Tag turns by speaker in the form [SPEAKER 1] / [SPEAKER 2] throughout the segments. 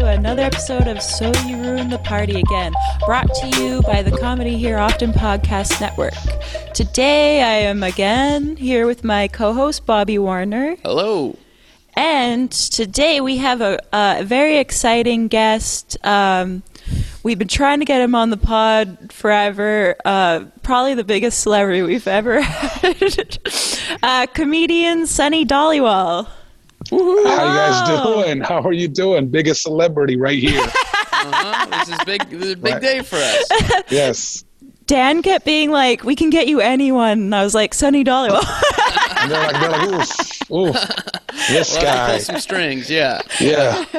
[SPEAKER 1] episode of So You Ruin the Party Again, brought to you by the Comedy Here Often Podcast Network. Today I am again here with my co host Bobby Warner.
[SPEAKER 2] Hello.
[SPEAKER 1] And today we have a, a very exciting guest. Um, we've been trying to get him on the pod forever. Uh, probably the biggest celebrity we've ever had. uh, comedian Sunny Dollywall.
[SPEAKER 3] How you guys doing? How are you doing? Biggest celebrity right here.
[SPEAKER 2] Uh-huh. This is big. This is a big
[SPEAKER 3] Right.
[SPEAKER 2] day for us.
[SPEAKER 3] yes.
[SPEAKER 1] Dan kept being like, "We can get you anyone," and I was like, "Sunny Dollywall."
[SPEAKER 3] And they're like, they're like, oof, oof. This
[SPEAKER 2] Well, I
[SPEAKER 3] guy.
[SPEAKER 2] pulled some strings. Yeah,
[SPEAKER 3] Yeah.
[SPEAKER 2] they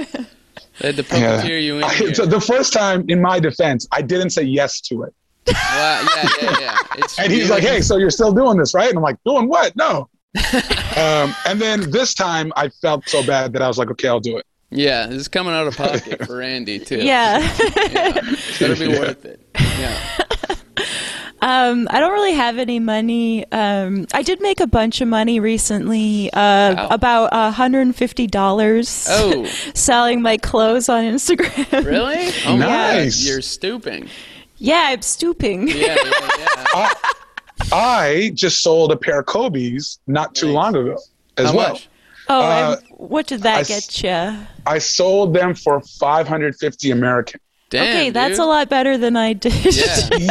[SPEAKER 2] had to
[SPEAKER 3] yeah.
[SPEAKER 2] puppeteer you in
[SPEAKER 3] I-
[SPEAKER 2] here.
[SPEAKER 3] so the first time, in my defense, I didn't say yes to it.
[SPEAKER 2] Wow, yeah, yeah, yeah. It's
[SPEAKER 3] And he's
[SPEAKER 2] you.
[SPEAKER 3] like, hey, so you're still doing this, right? And I'm like, doing what? No. um, and then this time, I felt so bad that I was like, okay, I'll do it.
[SPEAKER 2] yeah, this is coming out of pocket for Andy too.
[SPEAKER 1] yeah,
[SPEAKER 2] yeah. better be worth it. Yeah,
[SPEAKER 1] um, I don't really have any money. Um, I did make a bunch of money recently, uh,
[SPEAKER 2] Wow.
[SPEAKER 1] about hundred and fifty dollars.
[SPEAKER 2] Oh.
[SPEAKER 1] selling my clothes on Instagram.
[SPEAKER 2] really? Oh my
[SPEAKER 3] Nice.
[SPEAKER 2] God, you're stooping.
[SPEAKER 1] yeah, I'm stooping.
[SPEAKER 2] Yeah, yeah, yeah.
[SPEAKER 3] I, I just sold a pair of Kobe's not too
[SPEAKER 2] Nice.
[SPEAKER 3] long ago as
[SPEAKER 2] How
[SPEAKER 3] well.
[SPEAKER 2] much?
[SPEAKER 1] Oh,
[SPEAKER 3] Uh,
[SPEAKER 1] and what did that
[SPEAKER 3] I
[SPEAKER 1] get
[SPEAKER 3] s-
[SPEAKER 1] you?
[SPEAKER 3] I sold them for 550 American.
[SPEAKER 2] Damn,
[SPEAKER 1] Okay, that's
[SPEAKER 2] dude.
[SPEAKER 1] a lot better than I did.
[SPEAKER 2] Yeah.
[SPEAKER 3] yeah,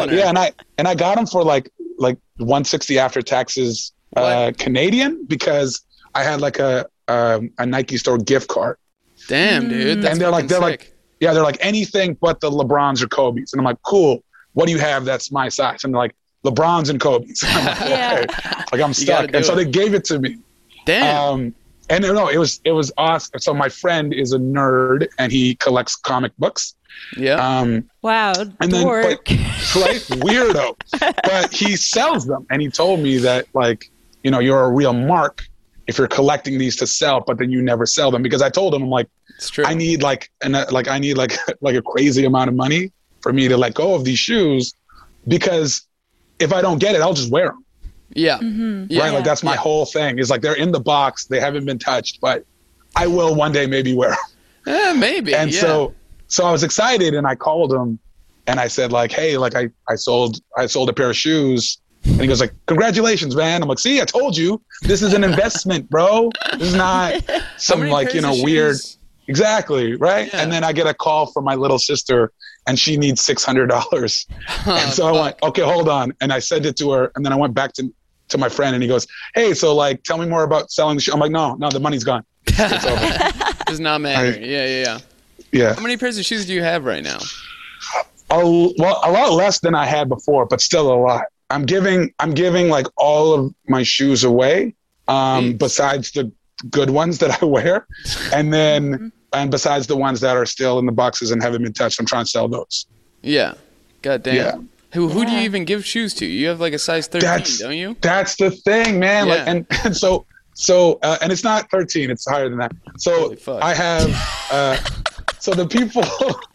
[SPEAKER 2] Killing her.
[SPEAKER 3] yeah, and I and I got them for like like 160 after taxes uh,
[SPEAKER 2] What?
[SPEAKER 3] Canadian because I had like a um, a Nike store gift card,
[SPEAKER 2] Damn,
[SPEAKER 1] Mm.
[SPEAKER 2] dude. That's
[SPEAKER 3] and they're like
[SPEAKER 2] fucking
[SPEAKER 3] they're
[SPEAKER 2] sick.
[SPEAKER 3] like yeah they're like anything but the Lebrons or Kobe's, and I'm like cool. What do you have that's my size? And they're like Lebrons and Kobe's. I'm like,
[SPEAKER 1] Yeah.
[SPEAKER 3] okay. like I'm
[SPEAKER 2] gotta
[SPEAKER 3] stuck,
[SPEAKER 2] do
[SPEAKER 3] and so
[SPEAKER 2] it.
[SPEAKER 3] they gave it to me.
[SPEAKER 2] Damn.
[SPEAKER 3] Um, and no, it was it was awesome. So my friend is a nerd and he collects comic books.
[SPEAKER 2] yeah.
[SPEAKER 3] Um,
[SPEAKER 1] Wow,
[SPEAKER 3] and then
[SPEAKER 1] dork.
[SPEAKER 3] but, right weirdo but he sells them and he told me that like you know you're a real mark if you're collecting these to sell but then you never sell them because i told him i'm like
[SPEAKER 2] it's true.
[SPEAKER 3] i need like an uh, like i need like like a crazy amount of money for me to let go of these shoes because if i don't get it i'll just wear them
[SPEAKER 2] yeah.
[SPEAKER 1] Mm-hmm.
[SPEAKER 2] yeah.
[SPEAKER 3] right like that's my
[SPEAKER 2] Yeah.
[SPEAKER 3] whole thing is like they're in the box they haven't been touched but i will one day maybe wear 'em.
[SPEAKER 2] Eh, maybe.
[SPEAKER 3] And
[SPEAKER 2] yeah.
[SPEAKER 3] so so I was excited and I called him and I said like, "Hey, like I I sold I sold a pair of shoes." And he goes like, "Congratulations, man." I'm like, "See, I told you. This is an investment, bro. This is not
[SPEAKER 2] How
[SPEAKER 3] some
[SPEAKER 2] many
[SPEAKER 3] like, you
[SPEAKER 2] pairs
[SPEAKER 3] know,
[SPEAKER 2] of
[SPEAKER 3] weird
[SPEAKER 2] shoes?
[SPEAKER 3] Exactly, right?
[SPEAKER 2] Yeah.
[SPEAKER 3] And then I get a call from my little sister and she needs $600.
[SPEAKER 2] Oh,
[SPEAKER 3] and so I went, "Okay, hold on." And I sent it to her and then I went back to to my friend and he goes, "Hey, so like tell me more about selling the shoe." I'm like, "No, no, the money's gone." It's over.
[SPEAKER 2] Does not matter.
[SPEAKER 3] I-
[SPEAKER 2] yeah, yeah, yeah.
[SPEAKER 3] yeah.
[SPEAKER 2] How many pairs of shoes do you have right now?
[SPEAKER 3] a, well, a lot less than I had before, but still a lot. I'm giving I'm giving like all of my shoes away, um,
[SPEAKER 2] Jeez.
[SPEAKER 3] besides the good ones that I wear, and then and besides the ones that are still in the boxes and haven't been touched. I'm trying to sell those.
[SPEAKER 2] Yeah. God damn.
[SPEAKER 3] Yeah.
[SPEAKER 2] Who who do you
[SPEAKER 1] Yeah.
[SPEAKER 2] even give shoes to? You have like a size 13,
[SPEAKER 3] That's-
[SPEAKER 2] don't you?
[SPEAKER 3] That's the thing, man. Like
[SPEAKER 2] Yeah.
[SPEAKER 3] and, and so so uh, and it's not 13; it's higher than that. So
[SPEAKER 2] Holy fuck.
[SPEAKER 3] I have uh, so the people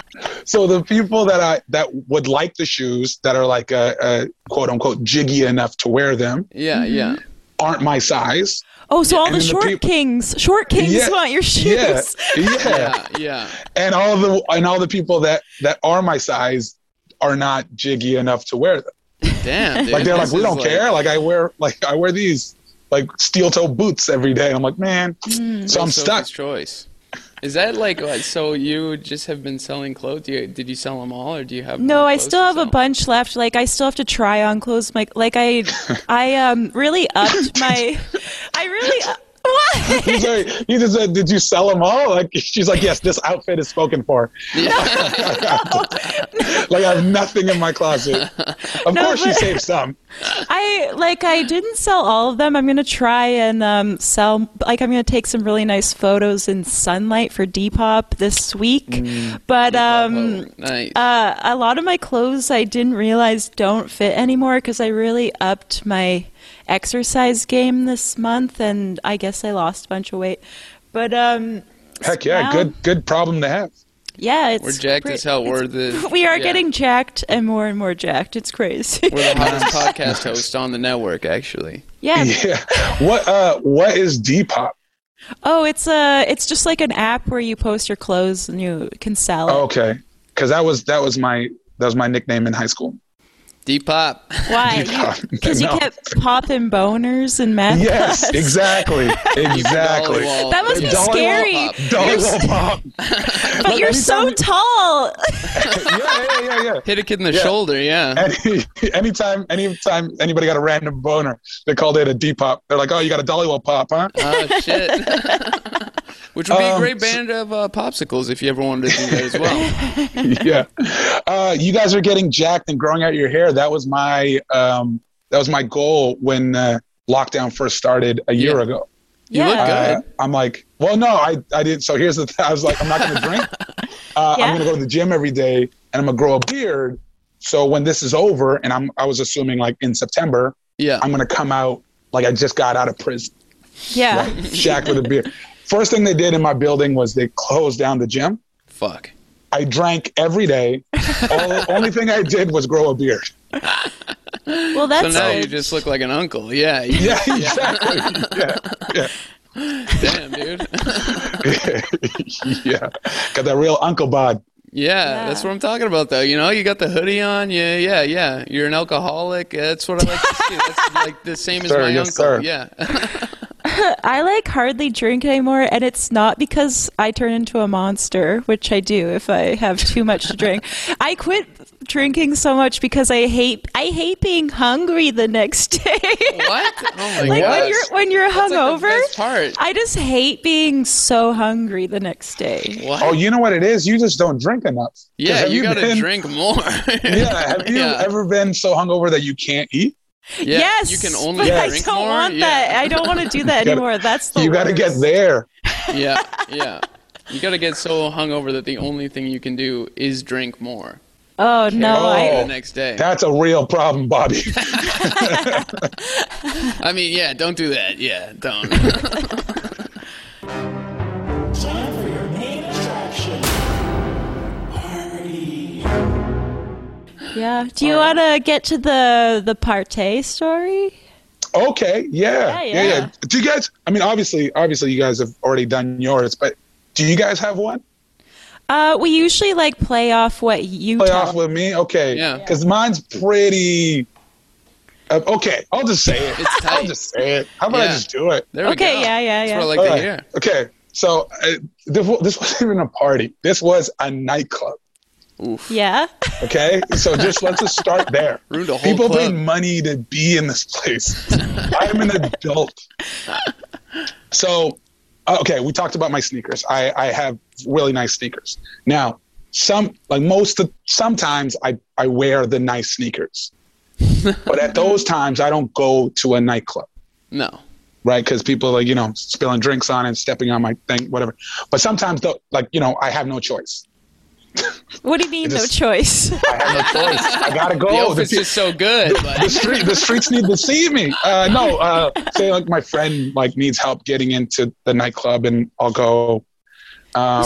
[SPEAKER 3] so the people that I that would like the shoes that are like uh, uh, quote unquote jiggy enough to wear them.
[SPEAKER 2] Yeah, yeah.
[SPEAKER 3] aren't my size.
[SPEAKER 1] oh, so all
[SPEAKER 3] and
[SPEAKER 1] the
[SPEAKER 3] then the
[SPEAKER 1] short
[SPEAKER 3] peop-
[SPEAKER 1] kings, short kings
[SPEAKER 3] Yeah,
[SPEAKER 1] want your shoes.
[SPEAKER 3] Yeah, yeah,
[SPEAKER 2] Yeah, yeah.
[SPEAKER 3] And all the and all the people that that are my size are not jiggy enough to wear them.
[SPEAKER 2] Damn, dude.
[SPEAKER 3] Like they're like,
[SPEAKER 2] This
[SPEAKER 3] we
[SPEAKER 2] is
[SPEAKER 3] don't care. Like I wear like I wear these like steel toe boots every day. I'm like, man.
[SPEAKER 1] Mm.
[SPEAKER 3] So I'm
[SPEAKER 2] Sophie's
[SPEAKER 3] stuck.
[SPEAKER 2] Choice. Is that like, like, so you just have been selling clothes? You, did you sell them all or do you have
[SPEAKER 1] No,
[SPEAKER 2] more
[SPEAKER 1] I
[SPEAKER 2] clothes
[SPEAKER 1] still
[SPEAKER 2] to
[SPEAKER 1] have a
[SPEAKER 2] sell?
[SPEAKER 1] bunch left. Like I still have to try on clothes. Like like I I um really upped my I really up- what?
[SPEAKER 3] He's like, he just said, "Did you sell them all?" Like she's like, "Yes, this outfit is spoken for." like I have nothing in my closet. Of
[SPEAKER 1] No,
[SPEAKER 3] course, she
[SPEAKER 1] but-
[SPEAKER 3] saved some.
[SPEAKER 1] I like I didn't sell all of them. I'm gonna try and um, sell. Like I'm gonna take some really nice photos in sunlight for Depop this week. but um,
[SPEAKER 2] Oh, nice.
[SPEAKER 1] uh, a lot of my clothes I didn't realize don't fit anymore because I really upped my exercise game this month, and I guess I lost a bunch of weight. But um,
[SPEAKER 3] Heck yeah,
[SPEAKER 1] Wow.
[SPEAKER 3] good good problem to have.
[SPEAKER 1] yeah, it's
[SPEAKER 2] We're jacked
[SPEAKER 1] pre-
[SPEAKER 2] as hell. We're
[SPEAKER 1] it's-
[SPEAKER 2] the.
[SPEAKER 1] we are
[SPEAKER 2] yeah.
[SPEAKER 1] getting jacked and more and more jacked. It's crazy.
[SPEAKER 2] We're the hottest podcast host on the network, actually.
[SPEAKER 1] yeah,
[SPEAKER 3] Yeah. What uh what is Depop?
[SPEAKER 1] Oh, it's a it's just like an app where you post your clothes and you can sell it.
[SPEAKER 3] Oh, Okay, because that was that was my that was my nickname in high school.
[SPEAKER 2] Depop.
[SPEAKER 1] Why? Because you,
[SPEAKER 3] No.
[SPEAKER 1] kept popping boners in math
[SPEAKER 3] Yes,
[SPEAKER 1] class.
[SPEAKER 3] exactly, exactly.
[SPEAKER 2] Dolly Wall.
[SPEAKER 1] That must be
[SPEAKER 3] Dolly Wall
[SPEAKER 1] scary.
[SPEAKER 2] Pop.
[SPEAKER 3] Dolly Wall pop.
[SPEAKER 1] But you're so tall.
[SPEAKER 3] yeah, yeah, yeah, yeah.
[SPEAKER 2] Hit a kid in the shoulder, yeah.
[SPEAKER 3] Any, anytime, anytime anybody got a random boner, they called it a Depop. They're like, "Oh, you got a Dolly Wall pop, huh?"
[SPEAKER 2] Oh shit. Which would be a
[SPEAKER 3] Um,
[SPEAKER 2] great band of uh, popsicles if you ever wanted to do that as well.
[SPEAKER 3] yeah. Uh, you guys are getting jacked and growing out your hair. That was my um, that was my goal when uh, lockdown first started a year
[SPEAKER 2] Yeah.
[SPEAKER 3] ago.
[SPEAKER 2] You look
[SPEAKER 1] Yeah.
[SPEAKER 3] Uh,
[SPEAKER 2] good.
[SPEAKER 3] I'm like, well, no, I, I didn't. So here's the thing. I was like, I'm not going to drink. Uh,
[SPEAKER 1] Yeah.
[SPEAKER 3] I'm going to go to the gym every day and I'm going to grow a beard. So when this is over, and I'm, I was assuming like in September,
[SPEAKER 2] Yeah.
[SPEAKER 3] I'm going to come out like I just got out of prison,
[SPEAKER 1] yeah.
[SPEAKER 3] like Shaq with a beard. First thing they did in my building was they closed down the gym.
[SPEAKER 2] Fuck.
[SPEAKER 3] I drank every day. All, only thing I did was grow a beard.
[SPEAKER 1] Well,
[SPEAKER 2] So
[SPEAKER 1] that's
[SPEAKER 2] now
[SPEAKER 1] a-
[SPEAKER 2] you just look like an uncle. Yeah. you-
[SPEAKER 3] Yeah, exactly. yeah, yeah,
[SPEAKER 2] Damn, dude.
[SPEAKER 3] yeah. Got that real uncle bod.
[SPEAKER 2] Yeah,
[SPEAKER 1] Yeah.
[SPEAKER 2] that's what I'm talking about, though. You know, you got the hoodie on. Yeah, yeah, yeah. You're an alcoholic. That's what I like to see. That's like the same
[SPEAKER 3] Sir,
[SPEAKER 2] as my
[SPEAKER 3] yes,
[SPEAKER 2] uncle.
[SPEAKER 3] sir.
[SPEAKER 2] Yeah.
[SPEAKER 1] I like hardly drink anymore, and it's not because I turn into a monster, which I do if I have too much to drink. I quit drinking so much because I hate I hate being hungry the next day.
[SPEAKER 2] what? Oh my
[SPEAKER 1] like
[SPEAKER 2] gosh.
[SPEAKER 1] when you're when you're
[SPEAKER 2] That's like the
[SPEAKER 1] hungover,
[SPEAKER 2] best part.
[SPEAKER 1] I just hate being so hungry the next day.
[SPEAKER 2] What?
[SPEAKER 3] Oh, you know what it is? You just don't drink enough. 'Cause
[SPEAKER 2] yeah,
[SPEAKER 3] have
[SPEAKER 2] you gotta
[SPEAKER 3] been-
[SPEAKER 2] drink more.
[SPEAKER 3] Yeah, have you
[SPEAKER 2] Yeah.
[SPEAKER 3] ever been so hungover that you can't eat?
[SPEAKER 2] Yeah,
[SPEAKER 1] yes,
[SPEAKER 2] you can only
[SPEAKER 1] but I
[SPEAKER 2] drink
[SPEAKER 1] don't
[SPEAKER 2] more.
[SPEAKER 1] want
[SPEAKER 2] yeah.
[SPEAKER 1] that. I don't want to do that
[SPEAKER 3] gotta-
[SPEAKER 1] anymore. That's
[SPEAKER 2] Oh,
[SPEAKER 1] the
[SPEAKER 3] you got to
[SPEAKER 1] worst.
[SPEAKER 3] get there.
[SPEAKER 2] yeah, yeah. You gotta get so hungover that the only thing you can do is drink more.
[SPEAKER 1] Oh no,
[SPEAKER 2] Carry it
[SPEAKER 1] I,
[SPEAKER 2] the next day.
[SPEAKER 3] That's a real problem, Bobby.
[SPEAKER 2] I mean, yeah, don't do that. Yeah, don't.
[SPEAKER 4] Time for your main attraction. Party.
[SPEAKER 3] Oh.
[SPEAKER 1] yeah. Do you want to get to the the partay story?
[SPEAKER 3] okay, yeah,
[SPEAKER 1] Yeah,
[SPEAKER 3] yeah, yeah,
[SPEAKER 1] yeah.
[SPEAKER 3] Do you guys? I mean, obviously, obviously, you guys have already done yours, but do you guys have one?
[SPEAKER 1] Uh, we usually like play off what you
[SPEAKER 3] Play
[SPEAKER 1] tell.
[SPEAKER 3] off with me, okay?
[SPEAKER 2] Yeah.
[SPEAKER 3] Because mine's pretty. Uh, okay, I'll just say it.
[SPEAKER 2] It's
[SPEAKER 3] I'll
[SPEAKER 2] tight.
[SPEAKER 3] just say it. How about I
[SPEAKER 2] Yeah.
[SPEAKER 3] just do it?
[SPEAKER 2] There we
[SPEAKER 1] Okay,
[SPEAKER 2] go.
[SPEAKER 1] yeah, yeah,
[SPEAKER 2] That's
[SPEAKER 1] yeah.
[SPEAKER 2] what I like to
[SPEAKER 3] All right.
[SPEAKER 2] hear.
[SPEAKER 3] Okay, so uh, this, wa- this wasn't even a party. This was a nightclub.
[SPEAKER 1] yeah.
[SPEAKER 3] Okay, so just let's just start there.
[SPEAKER 2] Ruined a whole
[SPEAKER 3] People
[SPEAKER 2] club.
[SPEAKER 3] paid money to be in this place. I'm an adult. So, uh, okay, we talked about my sneakers. I, I have really nice sneakers. Now, some like most of sometimes I, I wear the nice sneakers, but at those times I don't go to a nightclub
[SPEAKER 2] No.
[SPEAKER 3] right? Because people like you know spilling drinks on and stepping on my thing, whatever. But sometimes though, like you know, I have no choice.
[SPEAKER 1] What do you mean,
[SPEAKER 3] just-
[SPEAKER 1] no choice?
[SPEAKER 3] I have no choice. I gotta
[SPEAKER 2] The
[SPEAKER 3] go. The,
[SPEAKER 2] outfit's just so good.
[SPEAKER 3] the
[SPEAKER 2] But
[SPEAKER 3] street, the streets need to see me. Uh, no, uh, say like my friend like needs help getting into the nightclub, and I'll go. Um,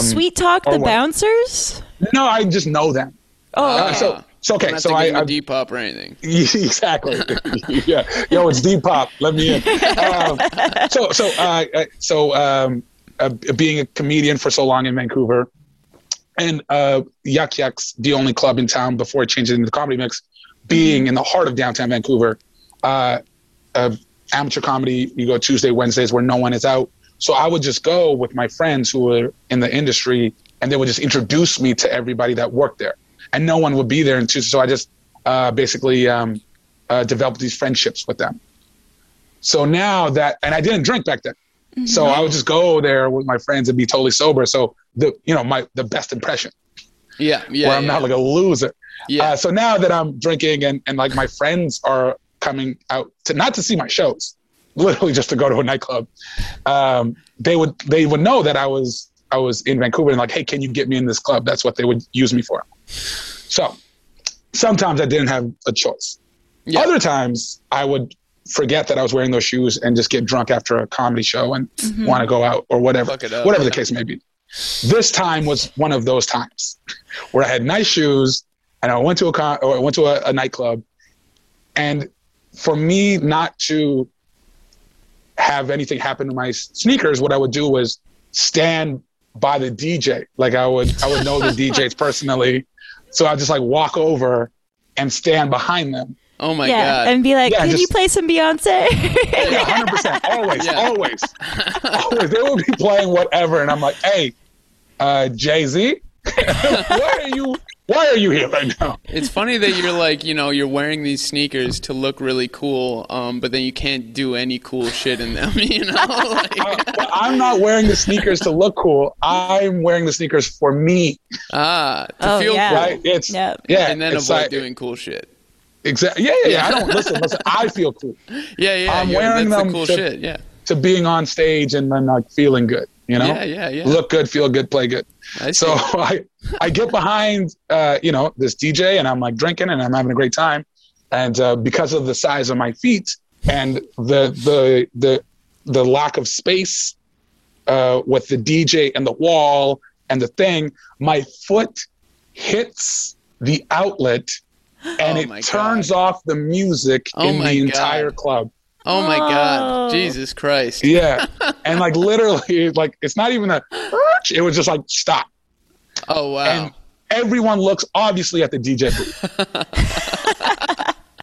[SPEAKER 1] Sweet talk
[SPEAKER 3] or
[SPEAKER 1] the
[SPEAKER 3] what?
[SPEAKER 1] bouncers.
[SPEAKER 3] No, I just know them.
[SPEAKER 1] Oh,
[SPEAKER 2] Ah,
[SPEAKER 3] Uh,
[SPEAKER 1] okay.
[SPEAKER 3] so, so okay,
[SPEAKER 2] not
[SPEAKER 3] so
[SPEAKER 2] to give
[SPEAKER 3] I,
[SPEAKER 2] you a
[SPEAKER 3] I
[SPEAKER 2] deep up or anything.
[SPEAKER 3] exactly. yeah. Yo, it's Depop. Let me in. Um, so, so, uh, uh, so, um, uh, being a comedian for so long in Vancouver, and uh, Yuck Yucks, the only club in town before it changed into the comedy mix, being in the heart of downtown Vancouver, uh, uh, amateur comedy. You go Tuesday, Wednesdays where no one is out. So I would just go with my friends who were in the industry, and they would just introduce me to everybody that worked there, and no one would be there. And Tuesday, so I just uh, basically um, uh, developed these friendships with them. So now that, and I didn't drink back then. So
[SPEAKER 2] Mm-hmm.
[SPEAKER 3] I would just go there with my friends and be totally sober. So the you know my the best impression
[SPEAKER 2] Yeah, yeah.
[SPEAKER 3] where I'm
[SPEAKER 2] yeah.
[SPEAKER 3] not like a loser.
[SPEAKER 2] Yeah.
[SPEAKER 3] Uh, so now that I'm drinking and, and like my friends are coming out to not to see my shows, literally just to go to a nightclub, um, they would they would know that I was I was in Vancouver and like, hey, can you get me in this club? That's what they would use me for. So sometimes I didn't have a choice.
[SPEAKER 2] Yeah.
[SPEAKER 3] Other times I would forget that I was wearing those shoes and just get drunk after a comedy show and want to go out or whatever,
[SPEAKER 2] Fuck it up,
[SPEAKER 3] whatever the
[SPEAKER 2] yeah.
[SPEAKER 3] case may be. This time was one of those times where I had nice shoes and I went to a con- or I went to a, a nightclub, and for me not to have anything happen to my s- sneakers, what I would do was stand by the DJ. Like I would, I would know the DJs personally, so I would just like walk over and stand behind them.
[SPEAKER 2] Oh my
[SPEAKER 1] yeah,
[SPEAKER 2] god.
[SPEAKER 1] and be like,
[SPEAKER 3] Yeah,
[SPEAKER 1] "Can you
[SPEAKER 3] just-
[SPEAKER 1] play some Beyonce?"
[SPEAKER 3] Yeah, hundred percent. Always,
[SPEAKER 2] Yeah.
[SPEAKER 3] always, always. They would be playing whatever, and I'm like, hey, uh, Jay Z, why are you? Why are you here right now?
[SPEAKER 2] It's funny that you're like, you know, you're wearing these sneakers to look really cool, um, but then you can't do any cool shit in them, you know? Like,
[SPEAKER 3] Well, I'm not wearing the sneakers to look cool. I'm wearing the sneakers for me,
[SPEAKER 2] ah, to
[SPEAKER 1] Oh,
[SPEAKER 2] feel
[SPEAKER 1] yeah.
[SPEAKER 2] cool.
[SPEAKER 3] right? It's
[SPEAKER 1] Yeah.
[SPEAKER 3] yeah,
[SPEAKER 2] And then
[SPEAKER 3] it's
[SPEAKER 2] avoid
[SPEAKER 3] like-
[SPEAKER 2] doing cool shit.
[SPEAKER 3] Exactly. Yeah, yeah, yeah. I don't listen. Listen, I feel cool
[SPEAKER 2] Yeah, yeah.
[SPEAKER 3] I'm
[SPEAKER 2] you're-
[SPEAKER 3] wearing
[SPEAKER 2] that's
[SPEAKER 3] them
[SPEAKER 2] the cool
[SPEAKER 3] to-
[SPEAKER 2] shit. Yeah.
[SPEAKER 3] to being on stage and then like feeling good. You know,
[SPEAKER 2] Yeah, yeah, yeah.
[SPEAKER 3] look good, feel good, play good.
[SPEAKER 2] I see.
[SPEAKER 3] So I, I get behind, uh, you know, this DJ, and I'm like drinking, and I'm having a great time, and uh, because of the size of my feet and the the the the lack of space uh, with the DJ and the wall and the thing, my foot hits the outlet, and
[SPEAKER 2] Oh my
[SPEAKER 3] it turns
[SPEAKER 2] God.
[SPEAKER 3] off the music
[SPEAKER 2] Oh
[SPEAKER 3] in
[SPEAKER 2] my
[SPEAKER 3] the entire
[SPEAKER 2] God.
[SPEAKER 3] club.
[SPEAKER 2] oh my god.
[SPEAKER 1] Oh.
[SPEAKER 2] Jesus Christ.
[SPEAKER 3] Yeah, and like literally, like it's not even a. It was just like stop.
[SPEAKER 2] Oh wow.
[SPEAKER 3] and everyone looks obviously at the DJ booth.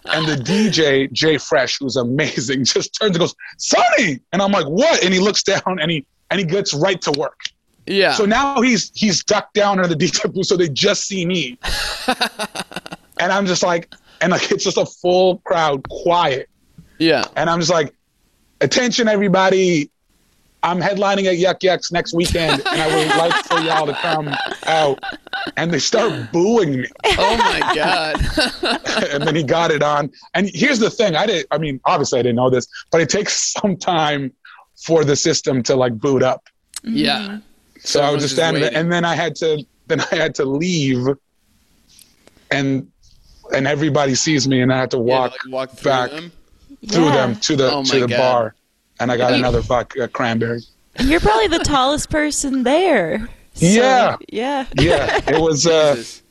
[SPEAKER 3] and the DJ, Jay Fresh, who's amazing, just turns and goes, Sonny! And I'm like, what? And he looks down and he and he gets right to work.
[SPEAKER 2] yeah.
[SPEAKER 3] So now he's he's ducked down under the DJ booth, so they just see me. and I'm just like, and like it's just a full crowd, quiet.
[SPEAKER 2] yeah.
[SPEAKER 3] And I'm just like, attention everybody. I'm headlining at Yuck Yucks next weekend, and I would like for y'all to come out. And they start booing me.
[SPEAKER 2] Oh my god.
[SPEAKER 3] And then he got it on. And here's the thing: I didn't. I mean, obviously, I didn't know this, but it takes some time for the system to like boot up.
[SPEAKER 2] yeah.
[SPEAKER 3] So I was
[SPEAKER 2] Someone's
[SPEAKER 3] just
[SPEAKER 2] just
[SPEAKER 3] standing there,
[SPEAKER 2] waiting.
[SPEAKER 3] and then I had to. Then I had to leave. And and everybody sees me, and I had to
[SPEAKER 2] Yeah,
[SPEAKER 3] walk
[SPEAKER 2] like walk through
[SPEAKER 3] back
[SPEAKER 2] them.
[SPEAKER 3] through
[SPEAKER 1] Yeah.
[SPEAKER 3] them to the
[SPEAKER 2] Oh my
[SPEAKER 3] to the
[SPEAKER 2] God.
[SPEAKER 3] bar. And I got
[SPEAKER 1] You-
[SPEAKER 3] another fuck uh, cranberry.
[SPEAKER 1] You're probably the tallest person there. So,
[SPEAKER 3] Yeah.
[SPEAKER 1] Yeah.
[SPEAKER 3] yeah, it was uh,
[SPEAKER 2] Jesus.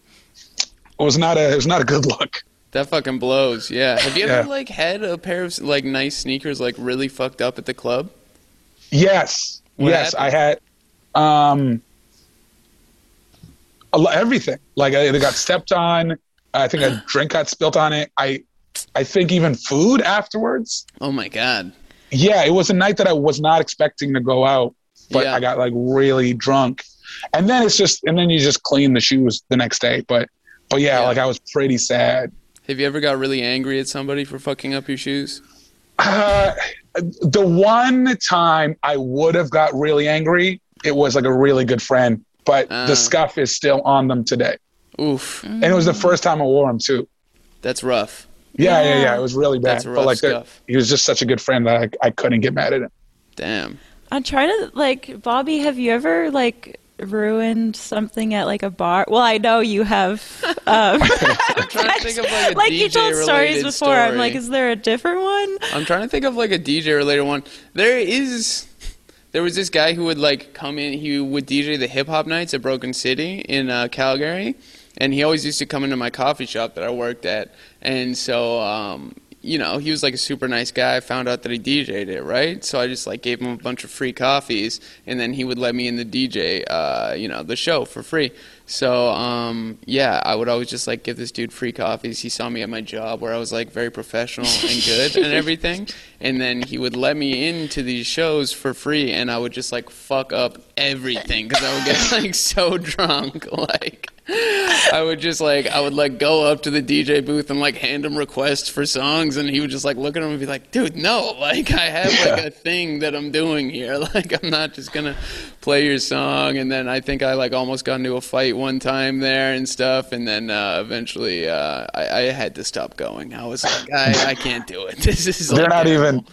[SPEAKER 3] it was not a it was not a good look.
[SPEAKER 2] That fucking blows. Yeah. Have you ever
[SPEAKER 3] Yeah.
[SPEAKER 2] like had a pair of like nice sneakers like really fucked up at the club?
[SPEAKER 3] Yes,
[SPEAKER 2] What
[SPEAKER 3] yes,
[SPEAKER 2] happened?
[SPEAKER 3] I had um, a lo- everything. Like I, they got stepped on. I think a drink got spilt on it. I, I think even food afterwards.
[SPEAKER 2] Oh my god.
[SPEAKER 3] Yeah, it was a night that I was not expecting to go out, but
[SPEAKER 2] Yeah.
[SPEAKER 3] I got like really drunk, and then it's just and then you just clean the shoes the next day. But but yeah,
[SPEAKER 2] Yeah.
[SPEAKER 3] like I was pretty sad.
[SPEAKER 2] Have you ever got really angry at somebody for fucking up your shoes?
[SPEAKER 3] Uh, the one time I would have got really angry, it was like a really good friend, but
[SPEAKER 2] Ah.
[SPEAKER 3] the scuff is still on them today.
[SPEAKER 2] Oof.
[SPEAKER 3] And it was
[SPEAKER 2] Mm.
[SPEAKER 3] the first time I wore them too.
[SPEAKER 2] That's rough.
[SPEAKER 3] Yeah, yeah,
[SPEAKER 1] Yeah.
[SPEAKER 3] yeah. It was really bad.
[SPEAKER 2] That's rough
[SPEAKER 3] but like, the-
[SPEAKER 2] scuff.
[SPEAKER 3] he was just such a good friend that I, I couldn't get mad at him.
[SPEAKER 2] Damn.
[SPEAKER 1] I'm trying to like Bobby, have you ever like ruined something at like a bar? Well, I know you have. Um,
[SPEAKER 2] I'm trying to think of like a
[SPEAKER 1] like
[SPEAKER 2] DJ
[SPEAKER 1] you told stories
[SPEAKER 2] related
[SPEAKER 1] before.
[SPEAKER 2] Story.
[SPEAKER 1] I'm like, is there a different one?
[SPEAKER 2] I'm trying to think of like a DJ related one. There is, there was this guy who would like come in. He would DJ the hip hop nights at Broken City in uh, Calgary, and he always used to come into my coffee shop that I worked at. And so, um, you know, he was like a super nice guy. I found out that he DJ'd it, right? So I just like gave him a bunch of free coffees, and then he would let me in the DJ, uh, you know, the show for free. So um, yeah, I would always just like give this dude free coffees. He saw me at my job where I was like very professional and good and everything, and then he would let me into these shows for free, and I would just like fuck up everything because I would get like so drunk, like. I would just like I would like go up to the DJ booth and like hand him requests for songs, and he would just like look at him and be like, "Dude, no! Like I have like a thing that I'm doing here. Like I'm not just gonna play your song." And then I think I like almost got into a fight one time there and stuff, and then uh, eventually uh, I, I had to stop going. I was like, "I, I can't do it. This is
[SPEAKER 3] They're
[SPEAKER 2] like,
[SPEAKER 3] not
[SPEAKER 2] terrible."
[SPEAKER 3] even.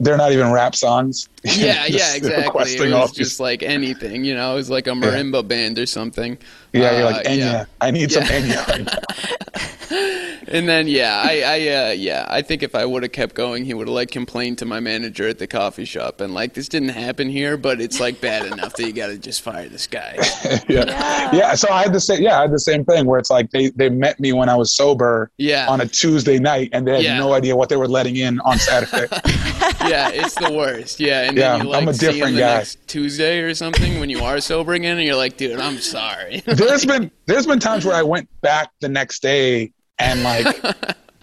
[SPEAKER 3] They're not even rap songs.
[SPEAKER 2] Yeah, yeah,
[SPEAKER 3] Just
[SPEAKER 2] exactly. It
[SPEAKER 3] requesting
[SPEAKER 2] was
[SPEAKER 3] all
[SPEAKER 2] just
[SPEAKER 3] these-
[SPEAKER 2] like anything, you know. It was like a marimba band or something.
[SPEAKER 3] yeah, you're
[SPEAKER 2] Uh,
[SPEAKER 3] like Enya. I need some
[SPEAKER 2] Yeah.
[SPEAKER 3] Enya.
[SPEAKER 2] And then yeah, I, I uh, yeah, I think if I would have kept going, he would have like complained to my manager at the coffee shop and like this didn't happen here, but it's like bad enough that you got to just fire this guy.
[SPEAKER 3] yeah. yeah, So I had the same. Yeah, I had the same thing where it's like they they met me when I was sober.
[SPEAKER 2] Yeah.
[SPEAKER 3] On a Tuesday night, and they had
[SPEAKER 2] Yeah.
[SPEAKER 3] no idea what they were letting in on Saturday.
[SPEAKER 2] yeah, it's the worst. Yeah, and
[SPEAKER 3] Yeah,
[SPEAKER 2] then you like
[SPEAKER 3] I'm a
[SPEAKER 2] see him
[SPEAKER 3] different
[SPEAKER 2] the
[SPEAKER 3] guy.
[SPEAKER 2] next Tuesday or something when you are sober again, and you're like, dude, I'm sorry.
[SPEAKER 3] there's been there's been times where I went back the next day and like